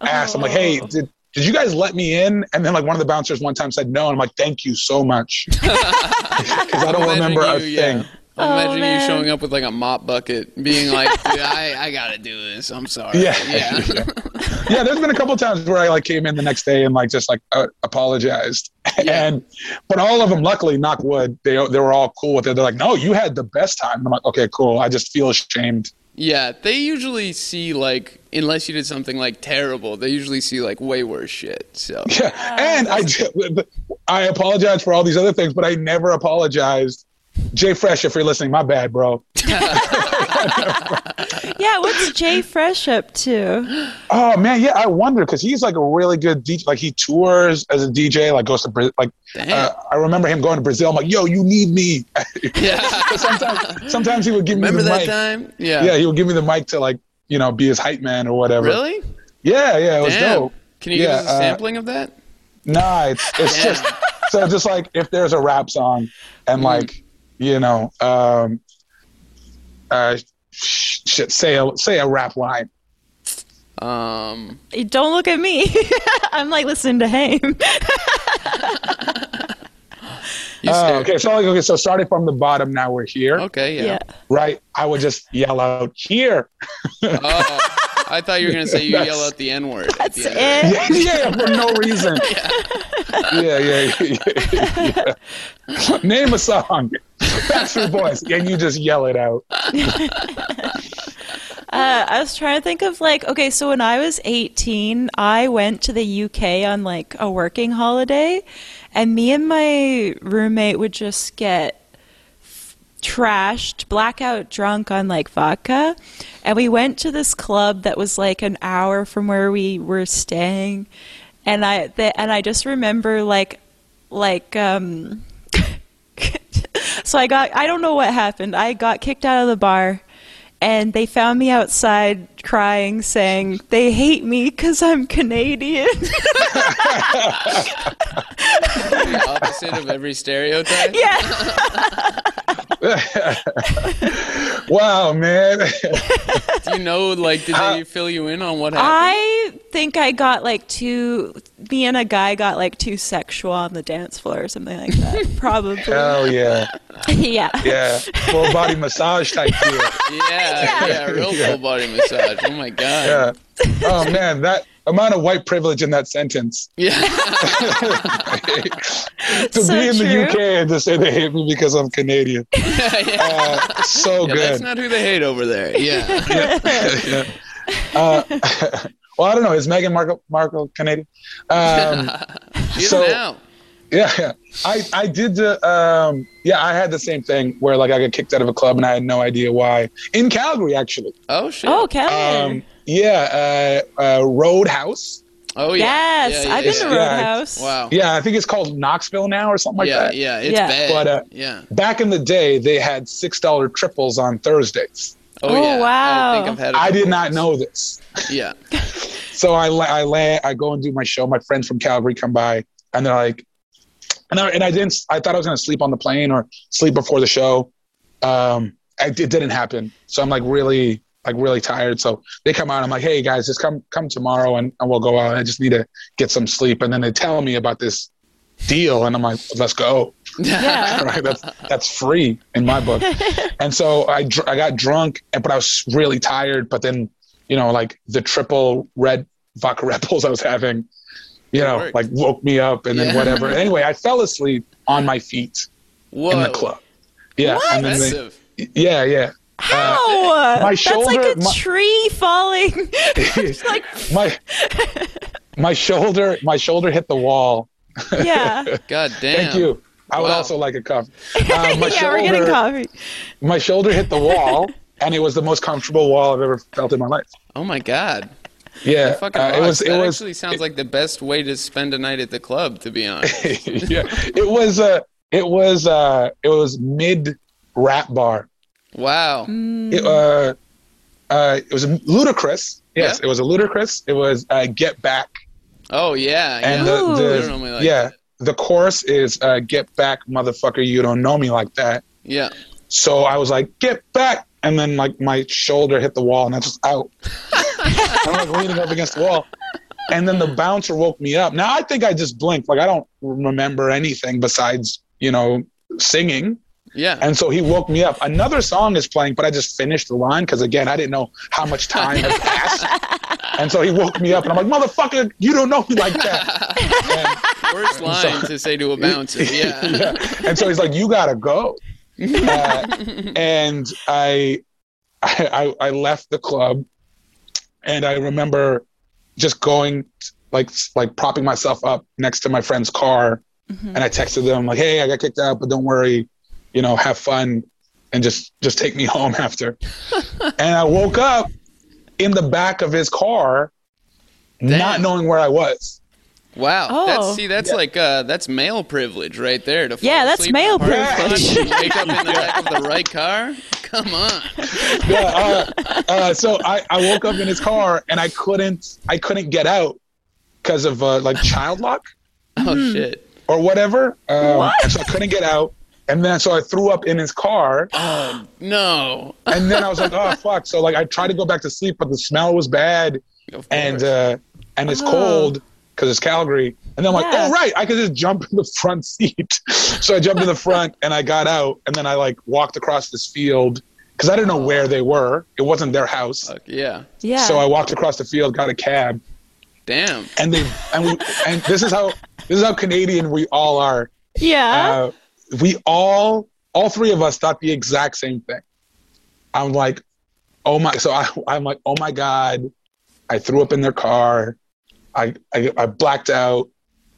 [SPEAKER 3] asked, I'm like, hey,
[SPEAKER 2] Oh.
[SPEAKER 3] did did you guys let me in? And then like one of the bouncers one time said no, and I'm like, thank you so much because I don't remember a
[SPEAKER 2] Imagine you, yeah.
[SPEAKER 3] thing.
[SPEAKER 2] I'm
[SPEAKER 1] Oh,
[SPEAKER 2] imagining you
[SPEAKER 1] man.
[SPEAKER 2] showing up with like a mop bucket, being like, dude, I, I gotta do this. I'm sorry.
[SPEAKER 3] Yeah.
[SPEAKER 2] yeah.
[SPEAKER 3] yeah, there's been a couple times where I like came in the next day and like just like uh, apologized,
[SPEAKER 2] Yeah.
[SPEAKER 3] and but all of them, luckily, knock wood, they they were all cool with it. They're like, no, you had the best time. I'm like, okay, cool. I just feel ashamed.
[SPEAKER 2] Yeah, they usually see like unless you did something like terrible, they usually see like way worse shit. So
[SPEAKER 3] Yeah, and I did- I apologize for all these other things, but I never apologized. Jay Fresh, if you're listening, my bad, bro.
[SPEAKER 1] Yeah, what's Jay Fresh up to?
[SPEAKER 3] Oh man, yeah, I wonder because he's like a really good DJ. Like he tours as a DJ, like goes to Bra- like.
[SPEAKER 2] Damn.
[SPEAKER 3] Uh, I remember him going to Brazil. I'm like, yo, you need me.
[SPEAKER 2] yeah.
[SPEAKER 3] sometimes, sometimes he would give me
[SPEAKER 2] Remember
[SPEAKER 3] the
[SPEAKER 2] that
[SPEAKER 3] mic.
[SPEAKER 2] time? Yeah.
[SPEAKER 3] yeah, he would give me the mic to like, you know, be his hype man or whatever.
[SPEAKER 2] Really?
[SPEAKER 3] Yeah, yeah, it was
[SPEAKER 2] Damn.
[SPEAKER 3] dope.
[SPEAKER 2] Can you
[SPEAKER 3] Yeah,
[SPEAKER 2] give us a
[SPEAKER 3] uh,
[SPEAKER 2] sampling of that?
[SPEAKER 3] Nah, it's it's
[SPEAKER 2] Damn. Mm.
[SPEAKER 3] just so just like if there's a rap song and like, you know, um uh sh- shit, say a say a rap line.
[SPEAKER 2] Um
[SPEAKER 1] Don't look at me. I'm like listening to him.
[SPEAKER 2] you
[SPEAKER 3] Oh,
[SPEAKER 2] scared-
[SPEAKER 3] okay, so like, okay, so starting from the bottom, now we're here,
[SPEAKER 2] Okay, yeah.
[SPEAKER 1] Yeah.
[SPEAKER 3] right? I would just yell out here.
[SPEAKER 2] Oh, I thought you were gonna say you
[SPEAKER 3] That's-
[SPEAKER 2] yell out the N word.
[SPEAKER 1] That's it.
[SPEAKER 3] Yeah, yeah, for no reason. yeah, yeah, yeah, yeah, yeah. Name a song, Backstreet Boys, and you just yell it out.
[SPEAKER 1] Uh, I was trying to think of like, okay, so when I was 18, I went to the UK on like a working holiday, and me and my roommate would just get f- trashed, blackout drunk on like vodka. And we went to this club that was like an hour from where we were staying. And I th- and I just remember like like um so I got I don't know what happened. I got kicked out of the bar and they found me outside crying saying they hate me cuz I'm Canadian.
[SPEAKER 2] The opposite of every stereotype.
[SPEAKER 1] yeah.
[SPEAKER 3] Wow, man.
[SPEAKER 2] Do you know like
[SPEAKER 3] Uh,
[SPEAKER 2] did they fill you in on what happened?
[SPEAKER 1] I think I got like too me and a guy got like too sexual on the dance floor or something like that. Probably.
[SPEAKER 3] Hell yeah.
[SPEAKER 1] yeah.
[SPEAKER 3] Yeah. Full body massage type deal.
[SPEAKER 2] yeah, yeah, real full body massage. Oh my
[SPEAKER 3] Yeah.
[SPEAKER 2] god.
[SPEAKER 3] Oh man, that amount of white privilege in that sentence.
[SPEAKER 2] yeah.
[SPEAKER 3] To
[SPEAKER 1] So
[SPEAKER 3] be in
[SPEAKER 1] true.
[SPEAKER 3] the UK and to say they hate me because I'm Canadian.
[SPEAKER 2] yeah.
[SPEAKER 3] Uh, so
[SPEAKER 2] Yeah,
[SPEAKER 3] good.
[SPEAKER 2] that's not who they hate over there. Yeah.
[SPEAKER 3] Yeah. Uh, well, I don't know. Is Meghan Markle, Markle Canadian? Um,
[SPEAKER 2] Even
[SPEAKER 3] So-
[SPEAKER 2] now.
[SPEAKER 3] yeah, yeah. I, I did the, um, yeah, I had the same thing where like I got kicked out of a club and I had no idea why. In Calgary, actually.
[SPEAKER 2] Oh shit.
[SPEAKER 1] Oh, Kelly.
[SPEAKER 3] Um, yeah, uh, uh, Roadhouse.
[SPEAKER 2] oh yeah.
[SPEAKER 1] yes,
[SPEAKER 2] Yeah, yeah,
[SPEAKER 1] I've been
[SPEAKER 2] yeah.
[SPEAKER 1] to
[SPEAKER 3] yeah, it's-
[SPEAKER 1] Roadhouse.
[SPEAKER 2] Wow.
[SPEAKER 3] Yeah, I think it's called Knoxville now or something like
[SPEAKER 2] Oh. yeah,
[SPEAKER 3] that.
[SPEAKER 2] yeah, it's
[SPEAKER 1] Yeah.
[SPEAKER 2] bad.
[SPEAKER 3] But, uh,
[SPEAKER 2] yeah.
[SPEAKER 3] Back in the day, they had six dollar triples on Thursdays.
[SPEAKER 2] Oh,
[SPEAKER 1] Oh,
[SPEAKER 2] yeah. I think
[SPEAKER 1] wow.
[SPEAKER 2] I've had. a
[SPEAKER 3] I did
[SPEAKER 2] couple
[SPEAKER 3] not
[SPEAKER 2] of
[SPEAKER 3] know this,
[SPEAKER 2] those. Yeah.
[SPEAKER 3] so I la- I la- I go and do my show. My friends from Calgary come by, and they're like, and I, and I didn't. I thought I was going to sleep on the plane or sleep before the show. Um, I, it didn't happen, so I'm like really like really tired. So they come out. I'm like, hey guys, just come come tomorrow, and, and we'll go out. I just need to get some sleep. And then they tell me about this deal, and I'm like, let's go.
[SPEAKER 1] Yeah.
[SPEAKER 3] right? That's that's free in my book. And so I dr- I got drunk, and but I was really tired. But then you know, like the triple red vodka Red Bulls I was having, you know,
[SPEAKER 2] worked.
[SPEAKER 3] like woke me up, and
[SPEAKER 2] Yeah.
[SPEAKER 3] then whatever. anyway, I fell asleep on my feet
[SPEAKER 2] Whoa.
[SPEAKER 3] in the club. Yeah, and then they-
[SPEAKER 2] Impressive.
[SPEAKER 3] yeah, yeah.
[SPEAKER 1] How?
[SPEAKER 3] my
[SPEAKER 1] That's
[SPEAKER 3] shoulder-
[SPEAKER 1] like a
[SPEAKER 3] my-
[SPEAKER 1] tree falling. It's like,
[SPEAKER 3] My my shoulder my shoulder hit the wall.
[SPEAKER 1] yeah.
[SPEAKER 2] God damn.
[SPEAKER 3] Thank you. I would
[SPEAKER 2] Wow.
[SPEAKER 3] also like a cup. Uh, my
[SPEAKER 1] yeah, we're getting
[SPEAKER 3] shoulder-
[SPEAKER 1] coffee.
[SPEAKER 3] My shoulder hit the wall, and it was the most comfortable wall I've ever felt in my life.
[SPEAKER 2] Oh my god.
[SPEAKER 3] Yeah,
[SPEAKER 2] Fucking
[SPEAKER 3] uh,
[SPEAKER 2] rocks.
[SPEAKER 3] it was. It
[SPEAKER 2] that
[SPEAKER 3] was.
[SPEAKER 2] actually sounds like the best way to spend a night at the club, to be honest.
[SPEAKER 3] yeah, it was. Uh, it was. Uh, it was mid rap bar.
[SPEAKER 2] Wow.
[SPEAKER 1] Mm,
[SPEAKER 3] It, uh, uh, it was ludicrous. Yes,
[SPEAKER 2] Hmm. Yeah.
[SPEAKER 3] it was a ludicrous. It was uh, get back.
[SPEAKER 2] Oh yeah.
[SPEAKER 3] And
[SPEAKER 2] yeah.
[SPEAKER 3] the,
[SPEAKER 1] Ooh.
[SPEAKER 3] the-
[SPEAKER 2] You don't know me like
[SPEAKER 3] yeah,
[SPEAKER 2] that.
[SPEAKER 3] the chorus is uh, "Get back, motherfucker! You don't know me like that."
[SPEAKER 2] yeah.
[SPEAKER 3] So I was like, "Get back!" And then like my shoulder hit the wall, and I just out. I'm like leaning up against the wall, and then the bouncer woke me up. Now I think I just blinked. Like I don't remember anything besides you know singing.
[SPEAKER 2] Yeah.
[SPEAKER 3] And so he woke me up. Another song is playing, but I just finished the line because again, I didn't know how much time had passed. And so he woke me up, and I'm like, "Motherfucker, you don't know me like that." And-
[SPEAKER 2] Worst line to say to a bouncer. Yeah.
[SPEAKER 3] yeah. And so he's like, "You gotta go," uh, and I, I, I I left the club, and I remember just going like like propping myself up next to my friend's car, and I texted them like, "Hey, I got kicked out, but don't worry, you know, have fun, and just just take me home after." and I woke up in the back of his car, not
[SPEAKER 2] Damn.
[SPEAKER 3] knowing where I was.
[SPEAKER 2] Wow.
[SPEAKER 1] Oh.
[SPEAKER 2] That's see, that's like uh that's male privilege right there. To fall
[SPEAKER 1] Yeah, that's
[SPEAKER 2] asleep
[SPEAKER 1] male
[SPEAKER 2] in the parking lot
[SPEAKER 1] privilege.
[SPEAKER 2] and Wake up in the back of the right car. Come on.
[SPEAKER 3] yeah, uh, uh, so I, I woke up in his car and I couldn't I couldn't get out because of uh, like child lock
[SPEAKER 1] Hmm.
[SPEAKER 2] Oh shit.
[SPEAKER 3] or whatever. Um, and So I couldn't get out, and then so I threw up in his car,
[SPEAKER 2] No.
[SPEAKER 3] and then I was like, oh fuck. So like I tried to go back to sleep, but the smell was bad,
[SPEAKER 2] Of
[SPEAKER 3] and
[SPEAKER 2] course.
[SPEAKER 3] uh, and it's
[SPEAKER 1] Oh.
[SPEAKER 3] cold because it's Calgary. And then I'm like,
[SPEAKER 1] Yeah.
[SPEAKER 3] oh right, I could just jump in the front seat. so I jumped in the front and I got out, and then I like walked across this field because I didn't know where they were. It wasn't their house.
[SPEAKER 2] Fuck, yeah.
[SPEAKER 1] Yeah.
[SPEAKER 3] So I walked across the field, got a cab,
[SPEAKER 2] Damn.
[SPEAKER 3] and they and we and this is how this is how Canadian we all are.
[SPEAKER 1] yeah.
[SPEAKER 3] Uh, we all all three of us thought the exact same thing. I'm like, oh my! So I, I'm like, oh my god! I threw up in their car. I I, I blacked out.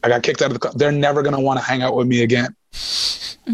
[SPEAKER 3] I got kicked out of the car. They're never gonna want to hang out with me again.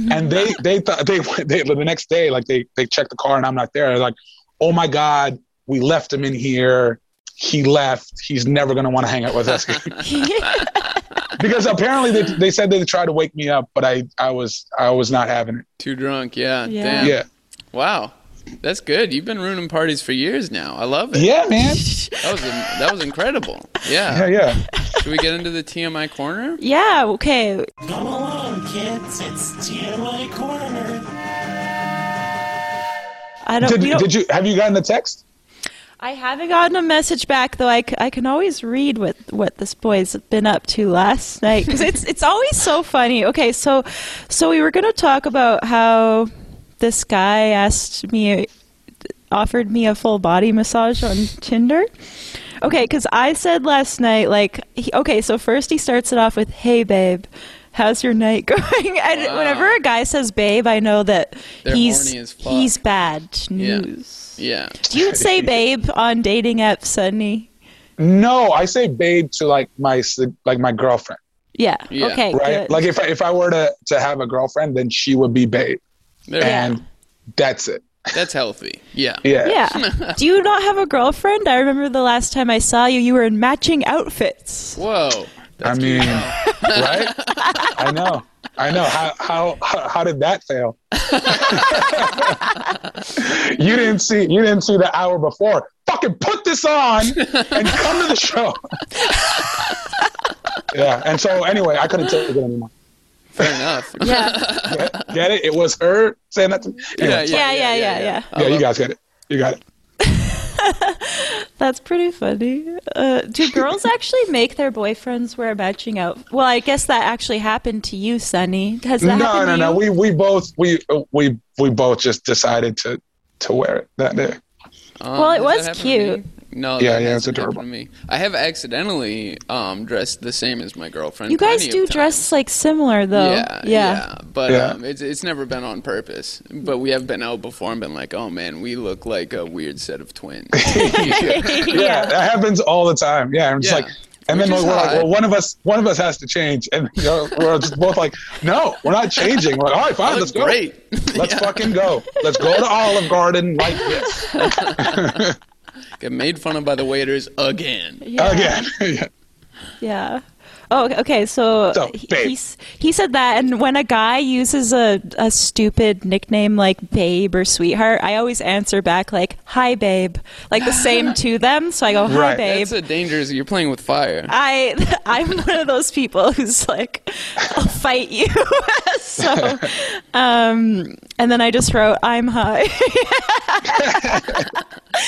[SPEAKER 3] And they they thought they, went- they the next day like they they checked the car and I'm not there. They're like, oh my god, we left him in here. He left. He's never gonna want to hang out with us. because apparently they, they said they tried to wake me up, but I, I was I was not having it.
[SPEAKER 2] Too drunk. Yeah.
[SPEAKER 1] Yeah.
[SPEAKER 2] Damn.
[SPEAKER 3] Yeah,
[SPEAKER 2] Wow. That's good. You've been ruining parties for years now. I love it.
[SPEAKER 3] yeah, man,
[SPEAKER 2] That was that was incredible.
[SPEAKER 3] yeah,
[SPEAKER 2] Yeah.
[SPEAKER 3] yeah.
[SPEAKER 2] Should we get into the TMI corner?
[SPEAKER 1] yeah. Okay.
[SPEAKER 4] Come along, kids. It's TMI Corner.
[SPEAKER 1] I don't.
[SPEAKER 3] Did,
[SPEAKER 1] we don't
[SPEAKER 3] did you have you gotten the text?
[SPEAKER 1] I haven't gotten a message back though. I, c- I can always read what what this boy's been up to last night because it's it's always so funny. Okay, so so we were gonna talk about how this guy asked me offered me a full body massage on Tinder. Okay, because I said last night like he, okay, so first he starts it off with hey babe. How's your night going? And
[SPEAKER 2] Wow.
[SPEAKER 1] whenever a guy says "babe," I know that
[SPEAKER 2] They're
[SPEAKER 1] he's
[SPEAKER 2] horny as fuck.
[SPEAKER 1] he's bad
[SPEAKER 2] Yeah.
[SPEAKER 1] news.
[SPEAKER 2] Yeah.
[SPEAKER 1] Do you say babe on dating apps, Sunny?
[SPEAKER 3] No, I say babe to like my s- like my girlfriend,
[SPEAKER 1] Yeah.
[SPEAKER 2] Yeah.
[SPEAKER 1] Okay.
[SPEAKER 3] right?
[SPEAKER 1] Good.
[SPEAKER 3] Like if I, if I were to to have a girlfriend, then she would be babe,
[SPEAKER 2] There
[SPEAKER 3] and that's it.
[SPEAKER 2] That's healthy. Yeah.
[SPEAKER 3] Yeah,
[SPEAKER 1] yeah. Do you not have a girlfriend? I remember the last time I saw you, you were in matching outfits.
[SPEAKER 2] Whoa.
[SPEAKER 3] I
[SPEAKER 2] That's
[SPEAKER 3] mean, right? I know, I know. How how how, how did that fail? you didn't see you didn't see the hour before. Fucking put this on and come to the show. yeah, and so anyway, I couldn't take it anymore.
[SPEAKER 2] fair enough.
[SPEAKER 1] Yeah.
[SPEAKER 3] Get it? It was her saying that to me. Anyway,
[SPEAKER 1] yeah, yeah, yeah, yeah,
[SPEAKER 3] yeah, you guys get it. You got it.
[SPEAKER 1] That's pretty funny. Uh, do girls actually make their boyfriends wear matching out? Well, I guess that actually happened to you, Sunny. Has that
[SPEAKER 3] No,
[SPEAKER 1] happened
[SPEAKER 3] no,
[SPEAKER 1] to
[SPEAKER 3] no.
[SPEAKER 1] you?
[SPEAKER 3] We we both we we we both just decided to to wear it that day.
[SPEAKER 2] Um,
[SPEAKER 1] Well, it
[SPEAKER 2] does that
[SPEAKER 1] was
[SPEAKER 2] happen to
[SPEAKER 1] cute.
[SPEAKER 2] me? No,
[SPEAKER 3] Yeah,
[SPEAKER 2] that
[SPEAKER 3] yeah, it's
[SPEAKER 2] hasn't
[SPEAKER 3] adorable.
[SPEAKER 2] happened to me. I have accidentally um, dressed the same as my girlfriend.
[SPEAKER 1] you guys
[SPEAKER 2] plenty of
[SPEAKER 1] do
[SPEAKER 2] times.
[SPEAKER 1] dress like similar though.
[SPEAKER 2] Yeah, yeah, but
[SPEAKER 3] Yeah.
[SPEAKER 2] Um, it's it's never been on purpose. But we have been out before and been like, oh man, we look like a weird set of twins.
[SPEAKER 1] Yeah.
[SPEAKER 3] yeah, that happens all the time. Yeah, I'm just
[SPEAKER 2] Yeah.
[SPEAKER 3] like, and
[SPEAKER 2] Which
[SPEAKER 3] then
[SPEAKER 2] is
[SPEAKER 3] we're like,
[SPEAKER 2] hot.
[SPEAKER 3] well, one of us, one of us has to change, and you know, we're just both like, no, we're not changing. We're like, all right, fine, let's
[SPEAKER 2] Looks
[SPEAKER 3] go.
[SPEAKER 2] great.
[SPEAKER 3] Let's fucking go. Let's go to Olive Garden like this.
[SPEAKER 2] Get made fun of by the waiters again.
[SPEAKER 1] Yeah.
[SPEAKER 3] Again. yeah.
[SPEAKER 1] Yeah. Oh, okay. So,
[SPEAKER 3] So,
[SPEAKER 1] he-
[SPEAKER 3] babe.
[SPEAKER 1] he's, he said that, and when a guy uses a, a stupid nickname like babe or sweetheart, I always answer back like, hi, babe. Like the same to them. So I go, hi,
[SPEAKER 3] Right.
[SPEAKER 1] babe.
[SPEAKER 2] That's a dangerous. You're playing with fire.
[SPEAKER 1] I I'm one of those people who's like, I'll fight you. so, um, and then I just wrote, I'm high.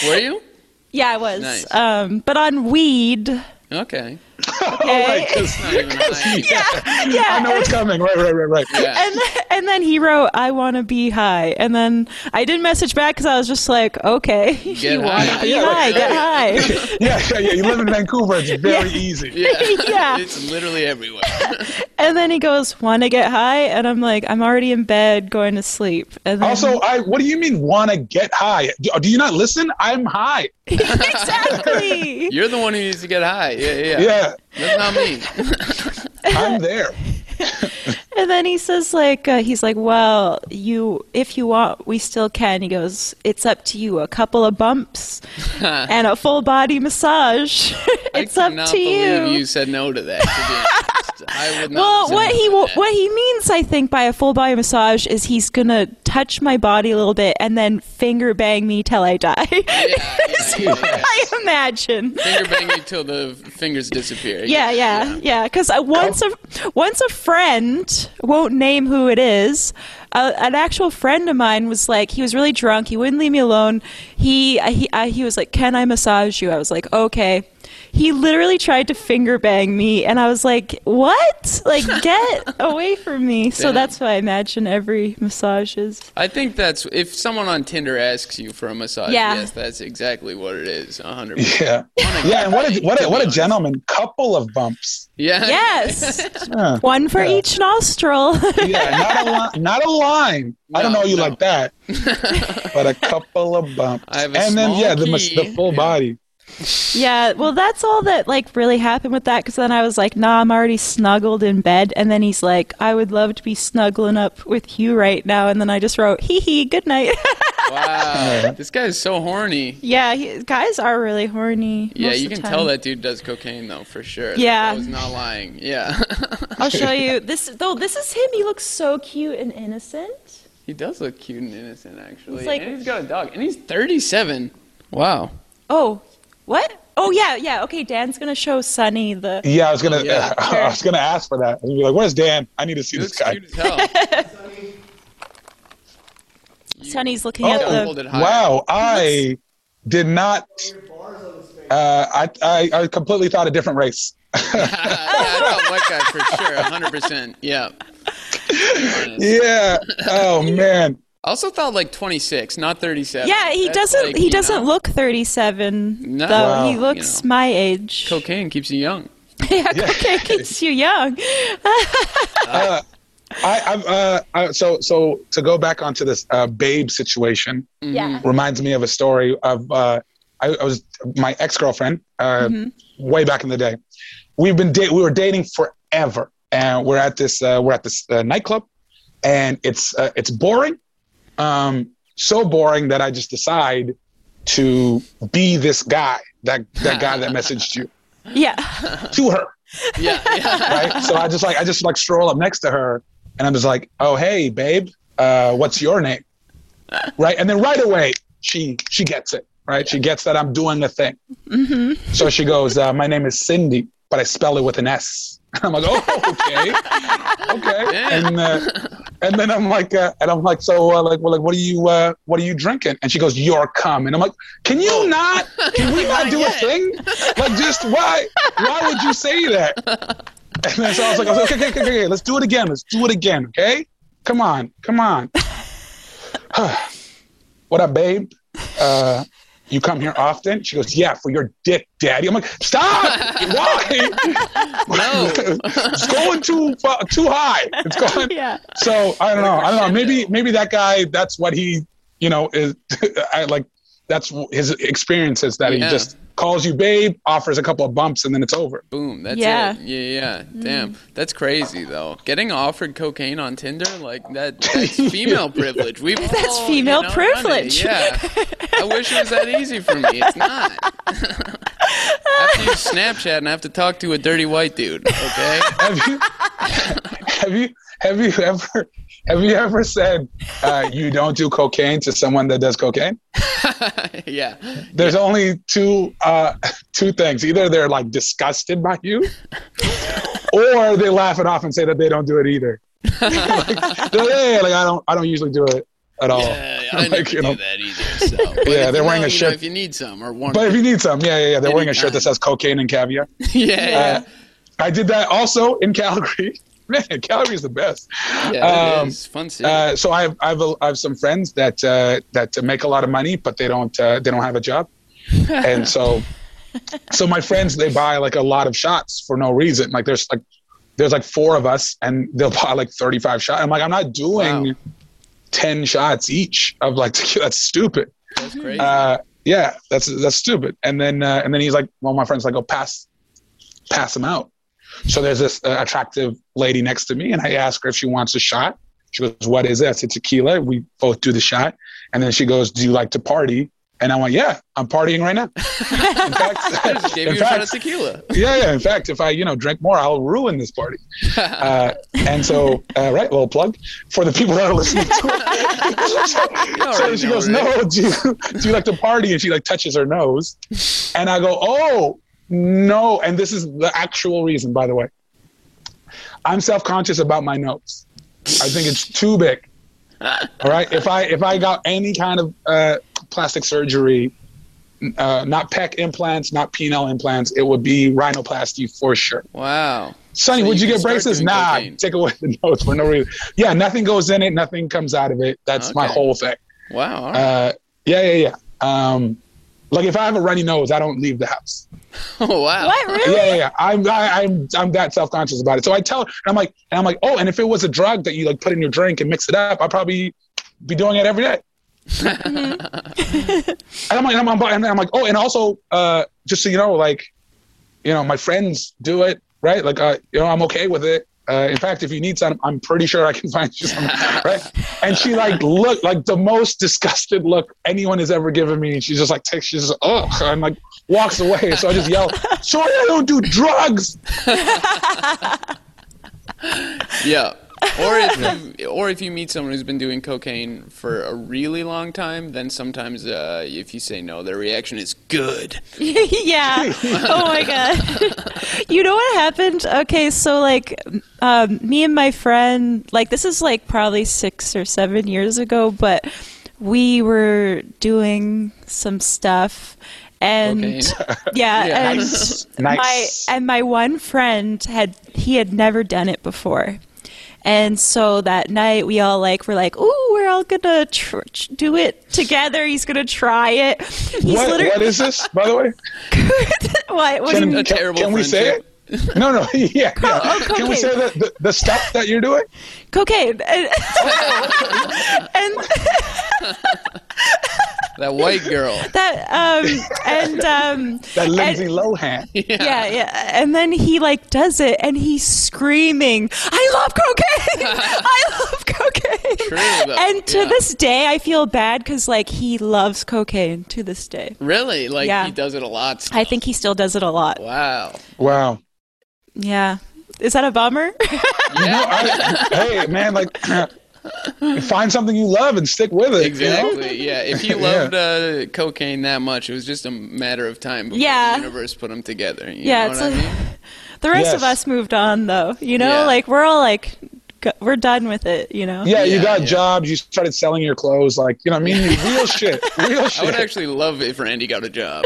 [SPEAKER 2] Were you?
[SPEAKER 1] yeah, I was.
[SPEAKER 2] Nice.
[SPEAKER 1] Um, but on weed.
[SPEAKER 2] Okay.
[SPEAKER 3] Oh
[SPEAKER 1] Okay.
[SPEAKER 2] It's not even high.
[SPEAKER 3] I know what's coming. Right, right, right, right.
[SPEAKER 2] Yeah.
[SPEAKER 1] and and then he wrote, "I want to be high." And then I didn't message back because I was just like, "Okay, you want
[SPEAKER 2] high.
[SPEAKER 1] to be
[SPEAKER 2] Yeah,
[SPEAKER 1] high, get high."
[SPEAKER 3] Yeah, yeah, yeah. You live in Vancouver. It's very easy.
[SPEAKER 2] Yeah.
[SPEAKER 1] Yeah.
[SPEAKER 2] It's literally everywhere.
[SPEAKER 1] and then he goes, "Want to get high?" And I'm like, "I'm already in bed, going to sleep." And then,
[SPEAKER 3] Also, I. What do you mean? Want to get high? Do, do you not listen? I'm high.
[SPEAKER 1] exactly.
[SPEAKER 2] You're the one who needs to get high. Yeah, yeah.
[SPEAKER 3] Yeah,
[SPEAKER 2] That's not me.
[SPEAKER 3] I'm there.
[SPEAKER 1] And then he says, like, uh, he's like, well, you, if you want, we still can. He goes, it's up to you. A couple of bumps and a full body massage. it's
[SPEAKER 2] I
[SPEAKER 1] up
[SPEAKER 2] cannot
[SPEAKER 1] to
[SPEAKER 2] believe
[SPEAKER 1] you.
[SPEAKER 2] you said no to that. To be honest. I would not
[SPEAKER 1] well,
[SPEAKER 2] have said
[SPEAKER 1] what
[SPEAKER 2] no
[SPEAKER 1] he
[SPEAKER 2] to
[SPEAKER 1] wa-
[SPEAKER 2] that.
[SPEAKER 1] what he means, I think, by a full body massage is he's gonna touch my body a little bit and then finger bang me till I die.
[SPEAKER 2] Yeah, yeah, yeah, yeah.
[SPEAKER 1] I imagine.
[SPEAKER 2] Finger bang you till the fingers disappear.
[SPEAKER 1] Yeah, yeah, yeah. Because once
[SPEAKER 3] Oh.
[SPEAKER 1] a once a friend won't name who it is, uh, an actual friend of mine was like, he was really drunk. He wouldn't leave me alone. He I, he I, he was like, "Can I massage you?" I was like, "Okay." He literally tried to finger bang me, and I was like, "What? Like, get away from me!" So
[SPEAKER 2] Damn.
[SPEAKER 1] that's what I imagine every massage is.
[SPEAKER 2] I think that's if someone on Tinder asks you for a massage.
[SPEAKER 1] Yeah.
[SPEAKER 2] Yes, that's exactly what it is. 100.
[SPEAKER 3] Yeah, yeah. And what a what a, what a gentleman. Couple of bumps.
[SPEAKER 2] Yeah.
[SPEAKER 1] Yes,
[SPEAKER 3] Huh.
[SPEAKER 1] one for
[SPEAKER 3] Yeah.
[SPEAKER 1] each nostril.
[SPEAKER 3] Yeah, not a line. Not a line. I don't
[SPEAKER 2] No,
[SPEAKER 3] know you
[SPEAKER 2] no.
[SPEAKER 3] like that, but a couple of bumps.
[SPEAKER 2] I have a
[SPEAKER 3] and then
[SPEAKER 2] small
[SPEAKER 3] yeah, the, mas- the
[SPEAKER 2] key.
[SPEAKER 3] full
[SPEAKER 2] Yeah.
[SPEAKER 3] body.
[SPEAKER 1] Yeah, well, that's all that like really happened with that. Because then I was like, "Nah, I'm already snuggled in bed." And then he's like, "I would love to be snuggling up with you right now." And then I just wrote, "Hee hee, good night."
[SPEAKER 2] Wow. this guy is so horny.
[SPEAKER 1] yeah, he, guys are really horny.
[SPEAKER 2] Yeah,
[SPEAKER 1] most
[SPEAKER 2] you
[SPEAKER 1] of the
[SPEAKER 2] can tell
[SPEAKER 1] time.
[SPEAKER 2] that dude does cocaine though, for sure. That
[SPEAKER 1] Yeah.
[SPEAKER 2] guy was not lying. Yeah,
[SPEAKER 1] I'll show you this. Though this is him. He looks so cute and innocent.
[SPEAKER 2] he does look cute and innocent, actually.
[SPEAKER 1] He's like-
[SPEAKER 2] and he's got a dog, and he's 37. Wow.
[SPEAKER 1] Oh, what? Oh yeah, yeah. Okay, Dan's gonna show Sunny the.
[SPEAKER 3] Yeah, I was gonna.
[SPEAKER 2] Oh, Yeah.
[SPEAKER 3] I was gonna ask for that. I was gonna be like, "Where's Dan? I need to see
[SPEAKER 2] He looks
[SPEAKER 3] this guy."
[SPEAKER 2] cute as hell. You
[SPEAKER 1] Sunny's looking
[SPEAKER 2] gotta
[SPEAKER 1] at the.
[SPEAKER 2] Oh, hold it higher.
[SPEAKER 3] Wow, I did not. Uh, I, I I completely thought a different race.
[SPEAKER 2] I thought white guy for sure, 100. percent Yeah.
[SPEAKER 3] Yeah. Oh man.
[SPEAKER 2] I also thought like 26, not 37.
[SPEAKER 1] Yeah, he
[SPEAKER 2] That's
[SPEAKER 1] doesn't.
[SPEAKER 2] like,
[SPEAKER 1] he
[SPEAKER 2] you
[SPEAKER 1] doesn't
[SPEAKER 2] know,
[SPEAKER 1] look 37.
[SPEAKER 2] No.
[SPEAKER 1] though
[SPEAKER 2] Wow.
[SPEAKER 1] he looks
[SPEAKER 2] You know.
[SPEAKER 1] my age.
[SPEAKER 2] Cocaine keeps you young.
[SPEAKER 1] yeah, cocaine keeps you young.
[SPEAKER 3] Uh, I, I've uh, I, so so to go back onto this uh, babe situation
[SPEAKER 1] Yeah.
[SPEAKER 3] reminds me of a story of uh, I, I was my ex girlfriend uh, way back in the day. We've been da- we were dating forever, and we're at this uh, we're at this uh, nightclub, and it's uh, it's boring, um, so boring that I just decide to be this guy that that guy that messaged you
[SPEAKER 1] Yeah.
[SPEAKER 3] to her
[SPEAKER 2] Yeah, yeah.
[SPEAKER 3] right? so I just like I just like stroll up next to her, and I'm just like, "Oh hey, babe, uh, what's your name?" Right, and then right away she she gets it. Right, she gets that I'm doing the thing. So she goes, uh, "My name is Cindy, but I spell it with an S." I'm like, "Oh, okay, okay,"
[SPEAKER 2] Yeah.
[SPEAKER 3] and uh, and then I'm like, uh, and I'm like, "So uh, like, well, like, what are you uh, what are you drinking?" And she goes, "Your cum," and I'm like, "Can you not? Can we not do a thing? Like, just why why would you say that?" And then so I was like, I was like, okay, okay, okay, okay, let's do it again. Let's do it again, okay? Come on, come on. what up, babe? Uh, you come here often? She goes, yeah, for your dick, daddy. I'm like, stop! Why?
[SPEAKER 2] No.
[SPEAKER 3] it's going too fu- too high. It's going.
[SPEAKER 1] Yeah.
[SPEAKER 3] So I don't know. I don't know. Maybe maybe that guy. That's what he. You know is I like. that's w- his experience is that
[SPEAKER 2] Yeah.
[SPEAKER 3] he just calls you babe, offers a couple of bumps, and then it's over.
[SPEAKER 2] Boom. That's
[SPEAKER 1] Yeah. Mm.
[SPEAKER 2] it. Yeah, yeah. Damn. That's crazy though. Getting offered cocaine on Tinder, like that that's female privilege. We've
[SPEAKER 1] That's
[SPEAKER 2] all,
[SPEAKER 1] female
[SPEAKER 2] you know, done it.
[SPEAKER 1] privilege.
[SPEAKER 2] Yeah. I wish it was that easy for me. It's not. After you Snapchat and I have to talk to a dirty white dude, okay?
[SPEAKER 3] Have you? have you? Have you ever? Have you ever said uh, you don't do cocaine to someone that does cocaine?
[SPEAKER 2] yeah.
[SPEAKER 3] There's only two uh, two things. Either they're like disgusted by you, or they laugh it off and say that they don't do it either. like, they're like, "Yeah, like, I don't. I don't usually do it at all.
[SPEAKER 2] Yeah, Uh, I
[SPEAKER 3] Oh. Like,
[SPEAKER 2] never
[SPEAKER 3] you
[SPEAKER 2] do
[SPEAKER 3] know.
[SPEAKER 2] that either. So. But
[SPEAKER 3] Yeah,
[SPEAKER 2] if
[SPEAKER 3] they're
[SPEAKER 2] you
[SPEAKER 3] wearing
[SPEAKER 2] know,
[SPEAKER 3] a
[SPEAKER 2] you know,
[SPEAKER 3] shirt-
[SPEAKER 2] if you need some or one.
[SPEAKER 3] But if you need some, yeah, yeah, yeah. They're wearing a shirt
[SPEAKER 2] Anytime.
[SPEAKER 3] that says cocaine and caviar.
[SPEAKER 2] yeah,
[SPEAKER 3] Uh,
[SPEAKER 2] yeah,
[SPEAKER 3] I did that also in Calgary. Man, Calgary's the best.
[SPEAKER 2] yeah, it
[SPEAKER 3] um,
[SPEAKER 2] is. Fun city.
[SPEAKER 3] Uh, so I've I've a, I've some friends that uh, that make a lot of money, but they don't uh, they don't have a job, and so so my friends they buy like a lot of shots for no reason. Like there's like there's like four of us, and they'll buy like 35 shots. I'm like I'm not doing
[SPEAKER 2] Wow.
[SPEAKER 3] 10 shots each of like tequila. That's stupid.
[SPEAKER 2] That's crazy.
[SPEAKER 3] Uh, yeah, that's that's stupid. And then uh, and then he's like, well, my friend's like, oh, pass pass him out. So there's this uh, attractive lady next to me, and I ask her if she wants a shot. She goes, what is it? I said, tequila. We both do the shot, and then she goes, do you like to party? And I went, yeah, I'm partying right now. in
[SPEAKER 2] I just
[SPEAKER 3] fact,
[SPEAKER 2] gave
[SPEAKER 3] in
[SPEAKER 2] you a shot
[SPEAKER 3] fact
[SPEAKER 2] of tequila.
[SPEAKER 3] yeah, yeah. In fact, if I you know drink more, I'll ruin this party. Uh, and so, uh, right, little plug for the people that are listening to it.
[SPEAKER 2] You
[SPEAKER 3] so
[SPEAKER 2] already
[SPEAKER 3] she
[SPEAKER 2] know,
[SPEAKER 3] goes,
[SPEAKER 2] right?
[SPEAKER 3] "No, do you, do you like to party?" And she like touches her nose, and I go, "Oh no!" And this is the actual reason, by the way. I'm self-conscious about my nose. I think it's too big. All right, if I if I got any kind of uh, plastic surgery, uh, not pec implants, not penile implants, it would be rhinoplasty for sure.
[SPEAKER 2] Wow.
[SPEAKER 3] Sonny,
[SPEAKER 2] So
[SPEAKER 3] would
[SPEAKER 2] you
[SPEAKER 3] you
[SPEAKER 2] can
[SPEAKER 3] get
[SPEAKER 2] start
[SPEAKER 3] braces?
[SPEAKER 2] doing
[SPEAKER 3] Nah,
[SPEAKER 2] cocaine.
[SPEAKER 3] take away the nose for no reason. Yeah, nothing goes in it, nothing comes out of it. That's my
[SPEAKER 2] Okay.
[SPEAKER 3] whole thing.
[SPEAKER 2] Wow. All right.
[SPEAKER 3] Uh, yeah, yeah, yeah. Um, like if I have a runny nose, I don't leave the house.
[SPEAKER 2] oh, wow.
[SPEAKER 1] What really?
[SPEAKER 3] Yeah, yeah, yeah. I'm, I, I'm, I'm that self conscious about it. So I tell her, and I'm like, and I'm like, oh, and if it was a drug that you like put in your drink and mix it up, I'd probably be doing it every day. and I'm like, and I'm, and I'm like, oh, and also, uh, just so you know, like, you know, my friends do it, right? Like, uh, you know, I'm okay with it. Uh, in fact, if you need some, I'm pretty sure I can find you some, right? And she like looked like the most disgusted look anyone has ever given me. And She's just like takes, she's just, ugh, and like walks away. So I just yell, "Sorry, I don't do drugs."
[SPEAKER 2] Yeah. Or if you, or if you meet someone who's been doing cocaine for a really long time, then sometimes uh, if you say no, their reaction is good.
[SPEAKER 1] yeah. Oh my god. you know what happened? Okay, so like um, me and my friend, like this is like probably 6 or 7 years ago, but we were doing some stuff and
[SPEAKER 2] Cocaine.
[SPEAKER 1] yeah,
[SPEAKER 2] Yeah.
[SPEAKER 1] and
[SPEAKER 2] Nice.
[SPEAKER 1] my
[SPEAKER 3] Nice.
[SPEAKER 1] and my one friend had he had never done it before. And so that night we all like were like, "Ooh, we're all gonna tr- tr- do it together. He's gonna try it." He's
[SPEAKER 3] What,
[SPEAKER 1] literally
[SPEAKER 3] what is this, by the way?
[SPEAKER 1] what? What do you
[SPEAKER 3] Can,
[SPEAKER 2] A
[SPEAKER 1] mean?
[SPEAKER 3] can-
[SPEAKER 2] terrible
[SPEAKER 3] can we say it? No, no, yeah. yeah.
[SPEAKER 1] Oh,
[SPEAKER 3] can
[SPEAKER 1] cocaine.
[SPEAKER 3] we say the, the, the stuff that you're doing?
[SPEAKER 1] cocaine? And, and
[SPEAKER 2] That white girl.
[SPEAKER 1] that um and um
[SPEAKER 3] That Lindsay
[SPEAKER 1] and,
[SPEAKER 3] Lohan.
[SPEAKER 1] yeah yeah and then he like does it and he's screaming I love cocaine I love cocaine
[SPEAKER 2] True, though.
[SPEAKER 1] and to
[SPEAKER 2] Yeah.
[SPEAKER 1] this day I feel bad because like he loves cocaine to this day
[SPEAKER 2] Really? Like
[SPEAKER 1] Yeah.
[SPEAKER 2] he does it a lot. still.
[SPEAKER 1] I think he still does it a lot
[SPEAKER 2] Wow.
[SPEAKER 3] Wow.
[SPEAKER 1] yeah is that a bummer
[SPEAKER 3] I, hey, man, like, find something you love and stick with it. you know?
[SPEAKER 2] Exactly. Yeah. If you
[SPEAKER 3] Yeah.
[SPEAKER 2] loved uh, cocaine that much, it was just a matter of time before
[SPEAKER 1] Yeah.
[SPEAKER 2] the universe put them together. You
[SPEAKER 1] Yeah,
[SPEAKER 2] Know
[SPEAKER 1] it's
[SPEAKER 2] what I
[SPEAKER 1] like-
[SPEAKER 2] mean?
[SPEAKER 1] the rest
[SPEAKER 3] Yes.
[SPEAKER 1] of us moved on though you know
[SPEAKER 2] Yeah.
[SPEAKER 1] like we're all like g- we're done with it you know
[SPEAKER 3] Yeah, you
[SPEAKER 2] Yeah,
[SPEAKER 3] got
[SPEAKER 2] yeah.
[SPEAKER 3] jobs. You started selling your clothes. Like, you know what I mean? Real shit. Real
[SPEAKER 2] I would
[SPEAKER 3] shit.
[SPEAKER 2] actually love if Randy got a job.